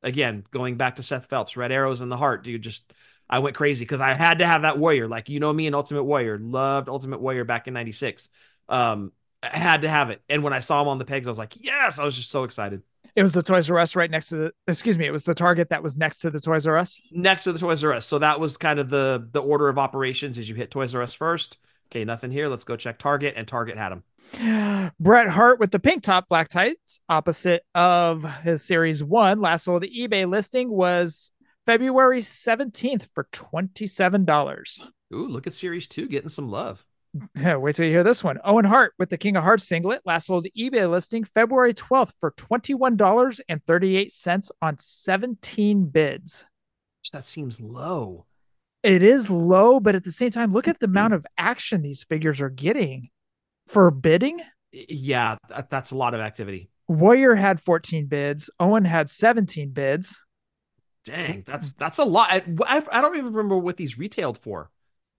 Speaker 9: again going back to Seth Phelps, red arrows in the heart, dude. Just I went crazy because I had to have that Warrior. Like you know me and Ultimate Warrior, loved Ultimate Warrior back in '96. Um, I had to have it. And when I saw him on the pegs, I was like, yes! I was just so excited.
Speaker 8: It was the Toys R Us right next to the, excuse me, it was the target that was next to the Toys R Us.
Speaker 9: Next to the Toys R Us, so that was kind of the the order of operations. Is you hit Toys R Us first. Okay, nothing here. Let's go check Target, and Target had him.
Speaker 8: Bret Hart with the pink top, black tights, opposite of his series one. Last sold eBay listing was February 17th for $27.
Speaker 9: Ooh, look at series two getting some love.
Speaker 8: Yeah, Wait till you hear this one. Owen Hart with the King of Hearts singlet, last sold eBay listing February 12th for $21.38 on 17 bids.
Speaker 9: That seems low.
Speaker 8: It is low, but at the same time, look at the amount of action these figures are getting for bidding.
Speaker 9: Y- Yeah, that, that's a lot of activity.
Speaker 8: Warrior had 14 bids, Owen had 17 bids.
Speaker 9: Dang,
Speaker 8: Mm-hmm.
Speaker 9: that's that's a lot. I, I, I don't even remember what these retailed for.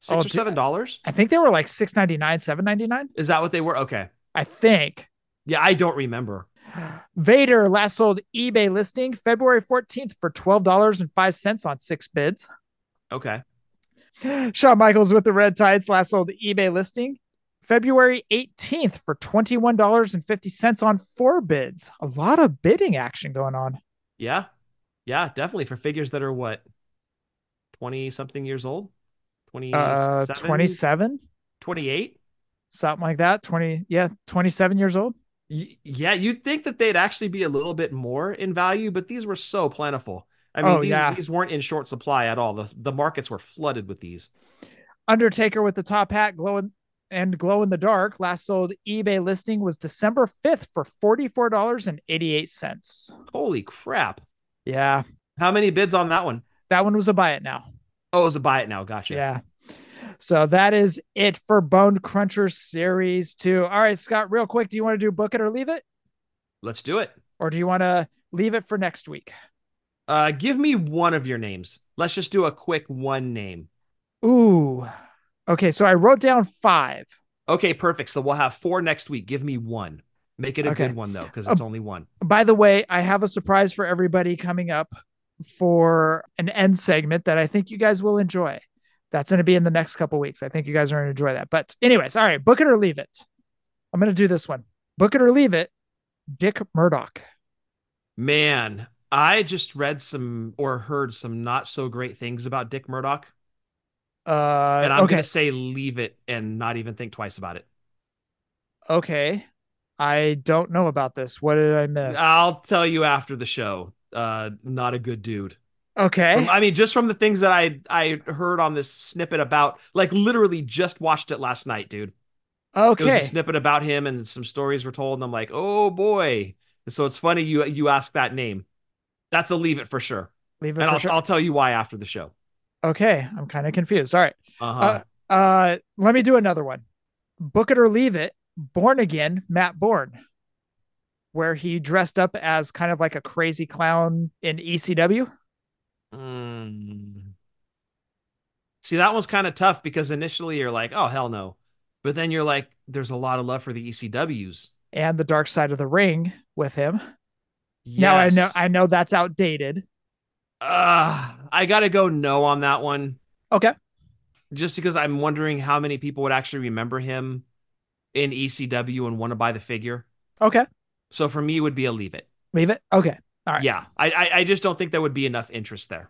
Speaker 9: Six
Speaker 8: Oh,
Speaker 9: or
Speaker 8: dude.
Speaker 9: seven dollars?
Speaker 8: I think they were like 699, 799.
Speaker 9: Is that what they were? Okay.
Speaker 8: I think.
Speaker 9: Yeah, I don't remember.
Speaker 8: Vader last sold eBay listing February 14th for $12.05 on six bids.
Speaker 9: Okay.
Speaker 8: Shawn Michaels with the red tights last sold eBay listing February 18th for $21.50 on four bids. A lot of bidding action going on.
Speaker 9: Yeah. Yeah, definitely for figures that are what 20 something years old? 27?
Speaker 8: Uh, 27,
Speaker 9: 28?
Speaker 8: something like that. 20, yeah, 27 years old.
Speaker 9: Y- yeah, you'd think that they'd actually be a little bit more in value, but these were so plentiful. I mean,
Speaker 8: Oh,
Speaker 9: these,
Speaker 8: yeah.
Speaker 9: these weren't in short supply at all. The, the markets were flooded with these.
Speaker 8: Undertaker with the top hat glowing and glow in the dark last sold eBay listing was December 5th for $44.88.
Speaker 9: Holy crap.
Speaker 8: Yeah,
Speaker 9: How many bids on that one?
Speaker 8: that one was a buy it now.
Speaker 9: Oh, it was a buy it now. Gotcha.
Speaker 8: Yeah. So that is it for Bone Cruncher Series 2. All right, Scott, real quick, do you want to do book it or leave it?
Speaker 9: Let's do it.
Speaker 8: Or do you want to leave it for next week?
Speaker 9: Uh, give me one of your names. Let's just do a quick one name.
Speaker 8: Ooh. Okay, so I wrote down five.
Speaker 9: Okay, perfect. So we'll have four next week. Give me one. Make it a
Speaker 8: Okay. Oh.
Speaker 9: good one though, because it's only one.
Speaker 8: By the way, I have a surprise for everybody coming up for an end segment that I think you guys will enjoy. That's going to be in the next couple weeks. I think you guys are going to enjoy that. But, anyways, all right, book it or leave it. I'm going to do this one. Book it or leave it. Dick Murdoch.
Speaker 9: Man, I just read some or heard some not so great things about Dick Murdoch,
Speaker 8: Uh,
Speaker 9: and I'm
Speaker 8: okay.
Speaker 9: gonna say leave it and not even think twice about it.
Speaker 8: Okay. I don't know about this. What did I miss?
Speaker 9: I'll tell you after the show. Uh, not a good dude.
Speaker 8: okay.
Speaker 9: um, I mean, just from the things that I I heard on this snippet about, like literally just watched it last night, dude. It was
Speaker 8: Okay.
Speaker 9: a snippet about him and some stories were told, and I'm like, oh boy. And so it's funny you you ask that name. That's a leave it for sure.
Speaker 8: Leave it
Speaker 9: And
Speaker 8: for
Speaker 9: I'll,
Speaker 8: sure.
Speaker 9: I'll tell you why after the show.
Speaker 8: Okay. I'm kind of confused. All right.
Speaker 9: Uh-huh.
Speaker 8: Uh, Uh, let me do another one. Book it or leave it. Born again, Matt Bourne, where he dressed up as kind of like a crazy clown in E ECW.
Speaker 9: Mm. See, that one's kind of tough because initially you're like, oh hell no. But then you're like, there's a lot of love for the E ECWs.
Speaker 8: And the dark side of the ring with him. Now I know
Speaker 9: Yes.
Speaker 8: I know that's outdated.
Speaker 9: Ugh, I gotta go no on that one.
Speaker 8: Okay.
Speaker 9: just because I'm wondering how many people would actually remember him in ECW and want to buy the figure.
Speaker 8: Okay.
Speaker 9: So for me, it would be a leave it.
Speaker 8: Leave it. Okay. All right.
Speaker 9: Yeah, I, I I just don't think there would be enough interest there.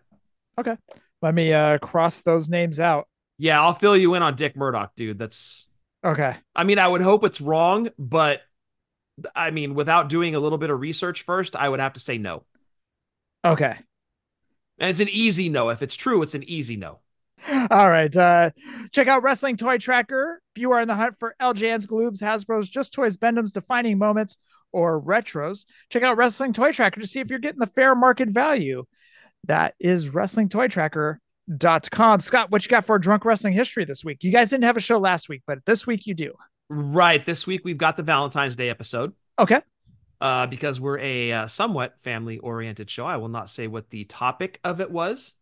Speaker 8: Let me uh cross those names out.
Speaker 9: Yeah, I'll fill you in on Dick Murdoch, dude. That's
Speaker 8: Okay.
Speaker 9: I mean, I would hope it's wrong, but I mean, without doing a little bit of research first, I would have to say no.
Speaker 8: Okay.
Speaker 9: And it's an easy no. If it's true, it's an easy no.
Speaker 8: All right. Uh, check out Wrestling Toy Tracker if you are in the hunt for LJN's, Gloob's, Hasbro's, Just Toys, Bendham's defining moments, or retros. Check out Wrestling Toy Tracker to see if you're getting the fair market value. That is WrestlingToyTracker.com. Scott, what you got for drunk wrestling history this week? You guys didn't have a show last week, but this week you do.
Speaker 9: Right. This week we've got the Valentine's Day episode.
Speaker 8: Okay.
Speaker 9: Uh, because we're a uh, somewhat family-oriented show, I will not say what the topic of it was.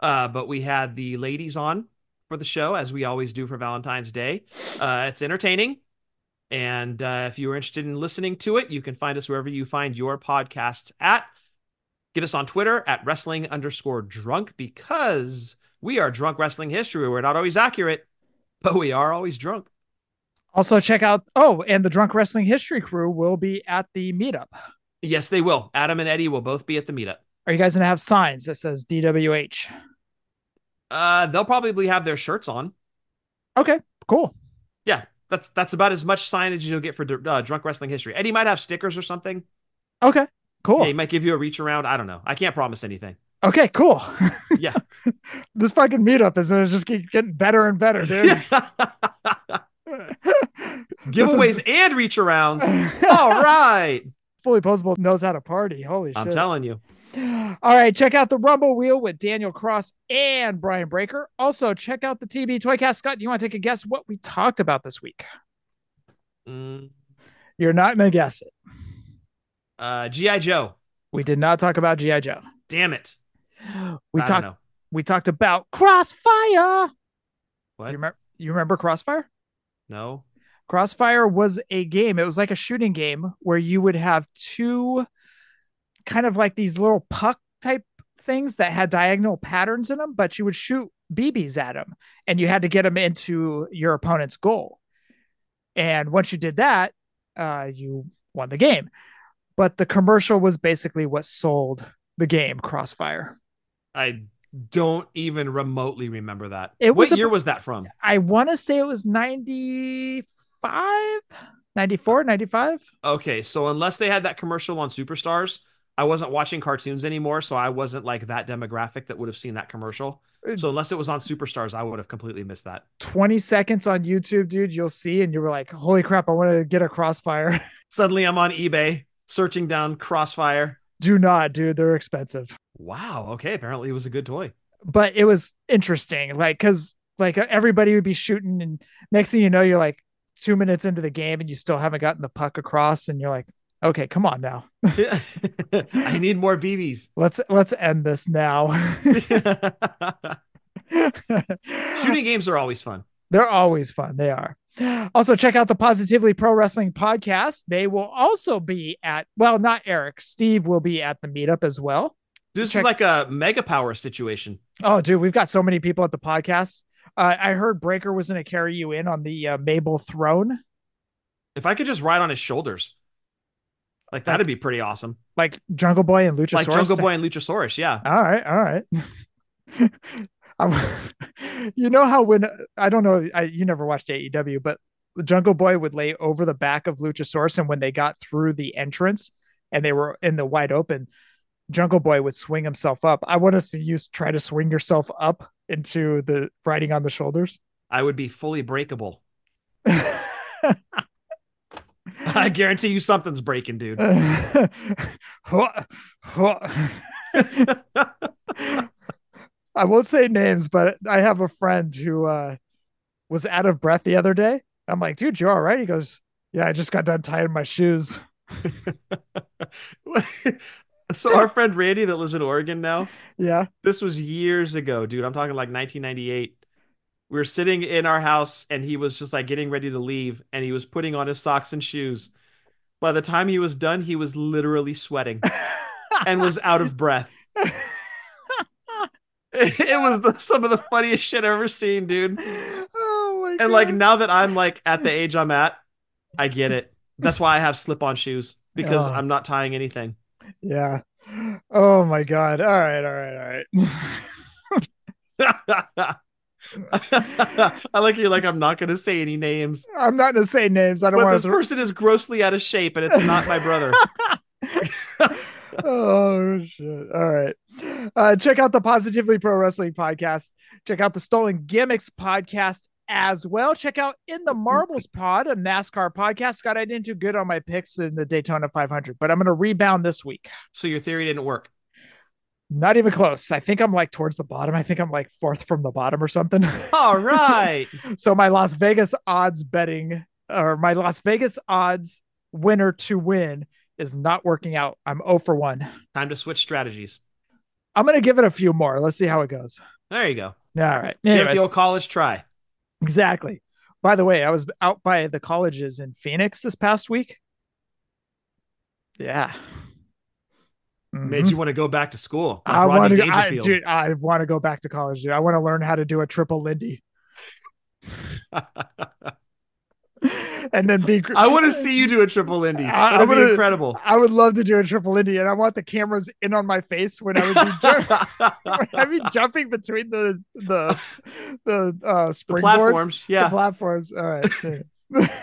Speaker 9: Uh, but we had the ladies on for the show, as we always do for Valentine's Day. Uh, it's entertaining, and uh, if you are interested in listening to it, you can find us wherever you find your podcasts at. Get us on Twitter at wrestling underscore drunk because we are drunk wrestling history. We're not always accurate, but we are always drunk.
Speaker 8: Also, check out, oh, and the Drunk Wrestling History crew will be at the meetup.
Speaker 9: Yes, they will. Adam and Eddie will both be at the meetup.
Speaker 8: Are you guys going to have signs that says DWH?
Speaker 9: Uh, they'll probably have their shirts on.
Speaker 8: Okay, cool.
Speaker 9: That's that's about as much signage as you'll get for uh, drunk wrestling history. Eddie might have stickers or something.
Speaker 8: Okay. Cool.
Speaker 9: Yeah, he might give you a reach around. I don't know. I can't promise anything.
Speaker 8: Okay, cool.
Speaker 9: Yeah.
Speaker 8: this fucking meetup is gonna just keep getting better and better, dude. This
Speaker 9: Giveaways
Speaker 8: is-
Speaker 9: and reach arounds. All right.
Speaker 8: Fully posable knows how to party. Holy
Speaker 9: I'm
Speaker 8: shit.
Speaker 9: telling you.
Speaker 8: All right, check out the Rumble Wheel with Daniel Cross and Brian Breaker. Also, check out the TB Toycast. Scott, you want to take a guess what we talked about this week?
Speaker 9: Mm,
Speaker 8: You're not gonna guess it.
Speaker 9: uh, GI Joe.
Speaker 8: We did not talk about GI Joe.
Speaker 9: Damn it.
Speaker 8: We
Speaker 9: I don't
Speaker 8: talked.
Speaker 9: know.
Speaker 8: We talked about Crossfire.
Speaker 9: What?
Speaker 8: You remember? You remember Crossfire?
Speaker 9: No.
Speaker 8: Crossfire was a game. It was like a shooting game where you would have two kind of like these little puck type things that had diagonal patterns in them, but you would shoot BBs at them and you had to get them into your opponent's goal. And once you did that, uh, you won the game. But the commercial was basically what sold the game, Crossfire.
Speaker 9: I don't even remotely remember that.
Speaker 8: It
Speaker 9: what
Speaker 8: was a-
Speaker 9: year was that from?
Speaker 8: I want to say it was 95, 94, 95.
Speaker 9: Okay, so unless they had that commercial on Superstars, I wasn't watching cartoons anymore, so I wasn't like that demographic that would have seen that commercial.
Speaker 8: Uh,
Speaker 9: So unless it was on Superstars, I would have completely missed that.
Speaker 8: 20 seconds on YouTube, dude, you'll see, and you were like, holy crap, I want to get a crossfire.
Speaker 9: Suddenly I'm on eBay searching down Crossfire.
Speaker 8: Do not, dude. They're expensive.
Speaker 9: Wow, okay, apparently it was a good toy.
Speaker 8: But it was interesting. Like, cause like everybody would be shooting, and next thing you know, you're like two minutes into the game and you still haven't gotten the puck across, and you're like, okay, come on now.
Speaker 9: I need more BBs.
Speaker 8: Let's let's end this now.
Speaker 9: Shooting games are always fun.
Speaker 8: They're always fun. They are. Also, check out the Positively Pro Wrestling podcast. They will also be at, well, not Eric, Steve will be at the meetup as well.
Speaker 9: This
Speaker 8: Check-
Speaker 9: is like a mega power situation.
Speaker 8: Oh, dude, we've got so many people at the podcast. Uh, I heard Breaker was going to carry you in on the uh, Mabel throne.
Speaker 9: If I could just ride on his shoulders, like that'd be pretty awesome.
Speaker 8: Like Jungle Boy and Luchasaurus.
Speaker 9: Like Jungle Boy and Luchasaurus, yeah.
Speaker 8: All right, all right. I'm- you know how when I don't know, I, you never watched AEW, but Jungle Boy would lay over the back of Luchasaurus, and when they got through the entrance and they were in the wide open, Jungle Boy would swing himself up. I want to see you s- try to swing yourself up into the riding on the shoulders.
Speaker 9: I would be fully breakable. I guarantee you something's breaking, dude.
Speaker 8: I won't say names, but I have a friend who uh, was out of breath the other day. I'm like, dude, you all right? He goes, yeah, I just got done tying my shoes.
Speaker 9: so our friend Randy that lives in Oregon now,
Speaker 8: Yeah.
Speaker 9: this was years ago, dude. I'm talking like 1998. We were sitting in our house and he was just like getting ready to leave and he was putting on his socks and shoes. By the time he was done, he was literally sweating and was out of breath. it was the, some of the funniest shit I've ever seen, dude.
Speaker 8: oh my
Speaker 9: And like
Speaker 8: God.
Speaker 9: now that I'm like at the age I'm at, I get it. That's why I have slip-on shoes because
Speaker 8: Oh.
Speaker 9: I'm not tying anything.
Speaker 8: yeah. Oh my God. All right. All right. All right.
Speaker 9: I like you're like I'm not gonna say any names,
Speaker 8: I'm not going to say names. I don't
Speaker 9: but
Speaker 8: want
Speaker 9: this
Speaker 8: to.
Speaker 9: person is grossly out of shape, and it's not my brother.
Speaker 8: oh shit! All right, uh, check out the Positively Pro Wrestling podcast. Check out the Stolen Gimmicks podcast as well. Check out In the Marbles Pod, a NASCAR podcast. Scott, I didn't do good on my picks in the Daytona 500, but I'm going to rebound this week.
Speaker 9: So your theory didn't work.
Speaker 8: Not even close. I think I'm like towards the bottom. I think I'm like fourth from the bottom or something.
Speaker 9: All right,
Speaker 8: so my Las Vegas odds betting or my Las Vegas odds winner to win is not working out. I'm 0 for 1.
Speaker 9: time to switch strategies.
Speaker 8: I'm gonna give it a few more. Let's see how it goes.
Speaker 9: There you go.
Speaker 8: All right.
Speaker 9: Give
Speaker 8: Anyways, Mm-hmm.
Speaker 9: the old college try.
Speaker 8: exactly. By the way, I was out by the colleges in Phoenix this past week. Yeah.
Speaker 9: Made
Speaker 8: Mhm.
Speaker 9: you want to go back to school. Like
Speaker 8: I
Speaker 9: Rodney
Speaker 8: want to, I,
Speaker 9: Dangerfield.
Speaker 8: dude. I want to go back to college, dude. I want to learn how to do a triple Lindy, and then be.
Speaker 9: I want to see you do a triple Indy.
Speaker 8: I-
Speaker 9: It'll
Speaker 8: I'm
Speaker 9: be
Speaker 8: gonna-
Speaker 9: incredible.
Speaker 8: I would love to do a triple Lindy, and I want the cameras in on my face when I would be, ju- when I'd be jumping between the the the uh
Speaker 9: the
Speaker 8: springboards.
Speaker 9: platforms,
Speaker 8: the
Speaker 9: yeah.
Speaker 8: platforms. All right.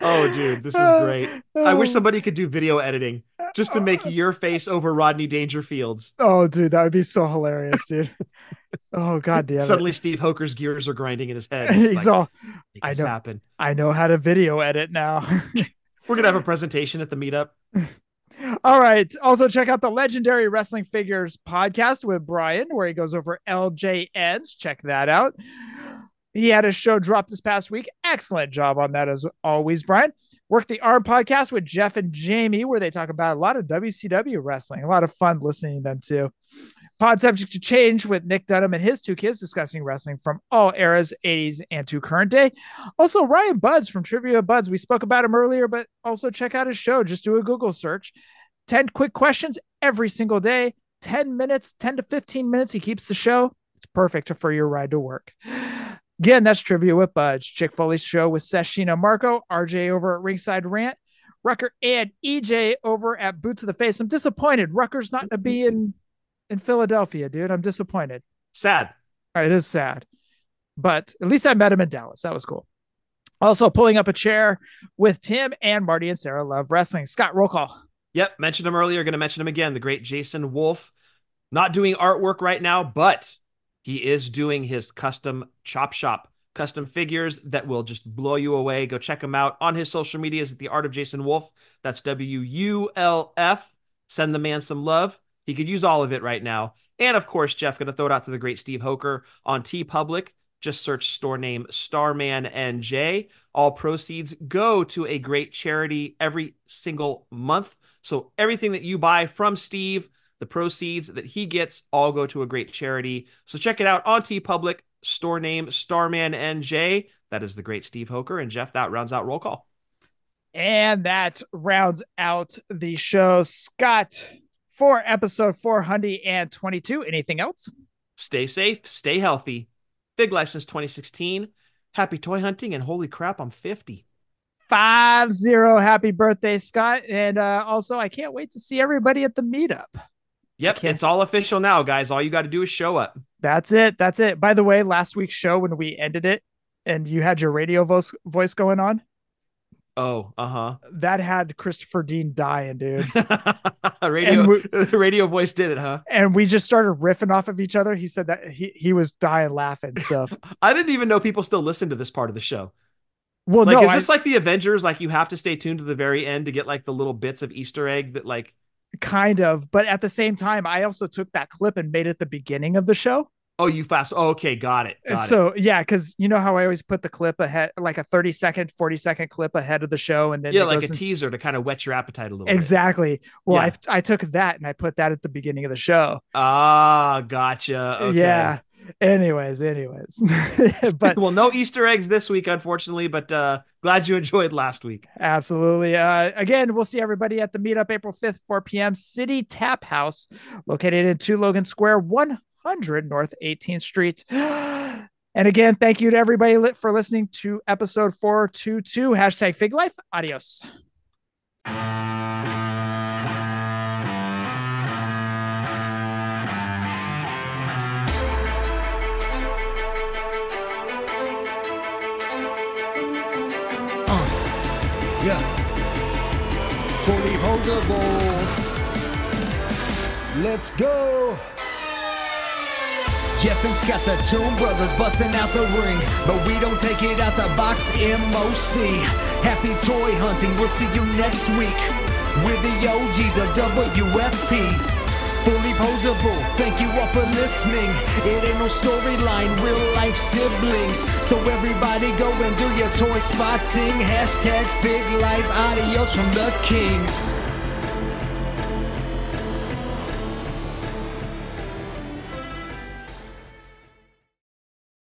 Speaker 9: Oh, dude, this is great. I
Speaker 8: Oh.
Speaker 9: wish somebody could do video editing just to make your face over Rodney Dangerfield's.
Speaker 8: Oh, dude, that would be so hilarious, dude. oh, god damn it.
Speaker 9: Suddenly, Steve Hoker's gears are grinding in his head.
Speaker 8: he's
Speaker 9: like,
Speaker 8: all.
Speaker 9: "Make
Speaker 8: I
Speaker 9: this
Speaker 8: know.
Speaker 9: happen."
Speaker 8: I know how to video edit now.
Speaker 9: We're gonna have a presentation at the meetup.
Speaker 8: All right. Also, check out the Legendary Wrestling Figures podcast with Brian, where he goes over LJNs. Check that out. He had a show drop this past week. Excellent job on that, as always, Brian. Work the Arm podcast with Jeff and Jamie, where they talk about a lot of WCW wrestling. A lot of fun listening to them, too. Pod subject to change with Nick Dunham and his two kids discussing wrestling from all eras, 80s, and to current day. Also, Ryan Buds from Trivia Buds. We spoke about him earlier, but also check out his show. Just do a Google search. 10 quick questions every single day 10 minutes 10 to 15 minutes he keeps the show it's perfect for your ride to work again that's trivia with budge chick foley's show with seshina marco rj over at ringside rant rucker and ej over at boots of the face i'm disappointed rucker's not gonna be in in philadelphia dude i'm disappointed
Speaker 9: Sad.
Speaker 8: it is sad, but at least I met him in Dallas. That was cool. Also, pulling up a chair with Tim and Marty and Sarah love wrestling. Scott, roll call.
Speaker 9: Yep, mentioned him earlier. Going to mention him again. The great Jason Wolf, not doing artwork right now, but he is doing his custom chop shop custom figures that will just blow you away. Go check him out on his social medias at the Art of Jason Wolf. That's W U L F. Send the man some love. He could use all of it right now. And of course, Jeff going to throw it out to the great Steve Hoker on T Public. Just search store name Starman NJ. All proceeds go to a great charity every single month. So everything that you buy from Steve, the proceeds that he gets all go to a great charity. So check it out on T Public, store name Starman NJ. That is the great Steve Hoker. And Jeff, that rounds out roll call.
Speaker 8: And that rounds out the show. Scott, for episode 422, anything else?
Speaker 9: Stay safe, stay healthy. Big life since 2016. Happy toy hunting, and holy crap, I'm 50.
Speaker 8: Five zero. Happy birthday, Scott. And uh, also, I can't wait to see everybody at the meetup.
Speaker 9: Yep,
Speaker 8: Okay.
Speaker 9: it's all official now, guys. All you got to do is show up.
Speaker 8: That's it. That's it. By the way, last week's show when we ended it and you had your radio voice voice going on,
Speaker 9: Oh, uh
Speaker 8: that had Christopher Dean dying, dude.
Speaker 9: huh. radio,
Speaker 8: And
Speaker 9: radio voice did it, huh?
Speaker 8: and we just started riffing off of each other. He said that he, he was dying laughing. So,
Speaker 9: I didn't even know people still listen to this part of the show.
Speaker 8: well,
Speaker 9: like
Speaker 8: no,
Speaker 9: is this like the avengers like you have to stay tuned to the very end to get like the little bits of easter egg that like
Speaker 8: I, kind of. But at the same time, I also took that clip and made it the beginning of the show.
Speaker 9: oh you fast oh, okay got it got it.
Speaker 8: so, yeah, because you know how I always put the clip ahead, like a 30 second, 40 second clip ahead of the show. And then
Speaker 9: yeah
Speaker 8: it
Speaker 9: like
Speaker 8: goes
Speaker 9: a
Speaker 8: in-
Speaker 9: teaser to kind of whet your appetite a little bit.
Speaker 8: Exactly. Well,
Speaker 9: Yeah.
Speaker 8: I, I took that and I put that at the beginning of the show.
Speaker 9: ah gotcha okay.
Speaker 8: Yeah. Anyways, anyways. but
Speaker 9: well no easter eggs this week unfortunately but uh glad you enjoyed last week
Speaker 8: Absolutely. Uh, again, we'll see everybody at the meetup April 5th, 4 p.m. City Tap House, located in 2 Logan Square, 100 North 18th Street. And again, thank you to everybody li- for listening to episode 422, hashtag Fig Life. Adios.
Speaker 10: Yeah. Fully posable. Let's go. Jeff and Scott, the Toon Brothers, busting out the ring. But we don't take it out the box, MOC. Happy toy hunting, we'll see you next week. We're the OGs of WFP. Fully posable, thank you all for listening. It ain't no storyline, real life siblings. So everybody go and do your toy spotting. Hashtag Fig Life, adios from the Kings.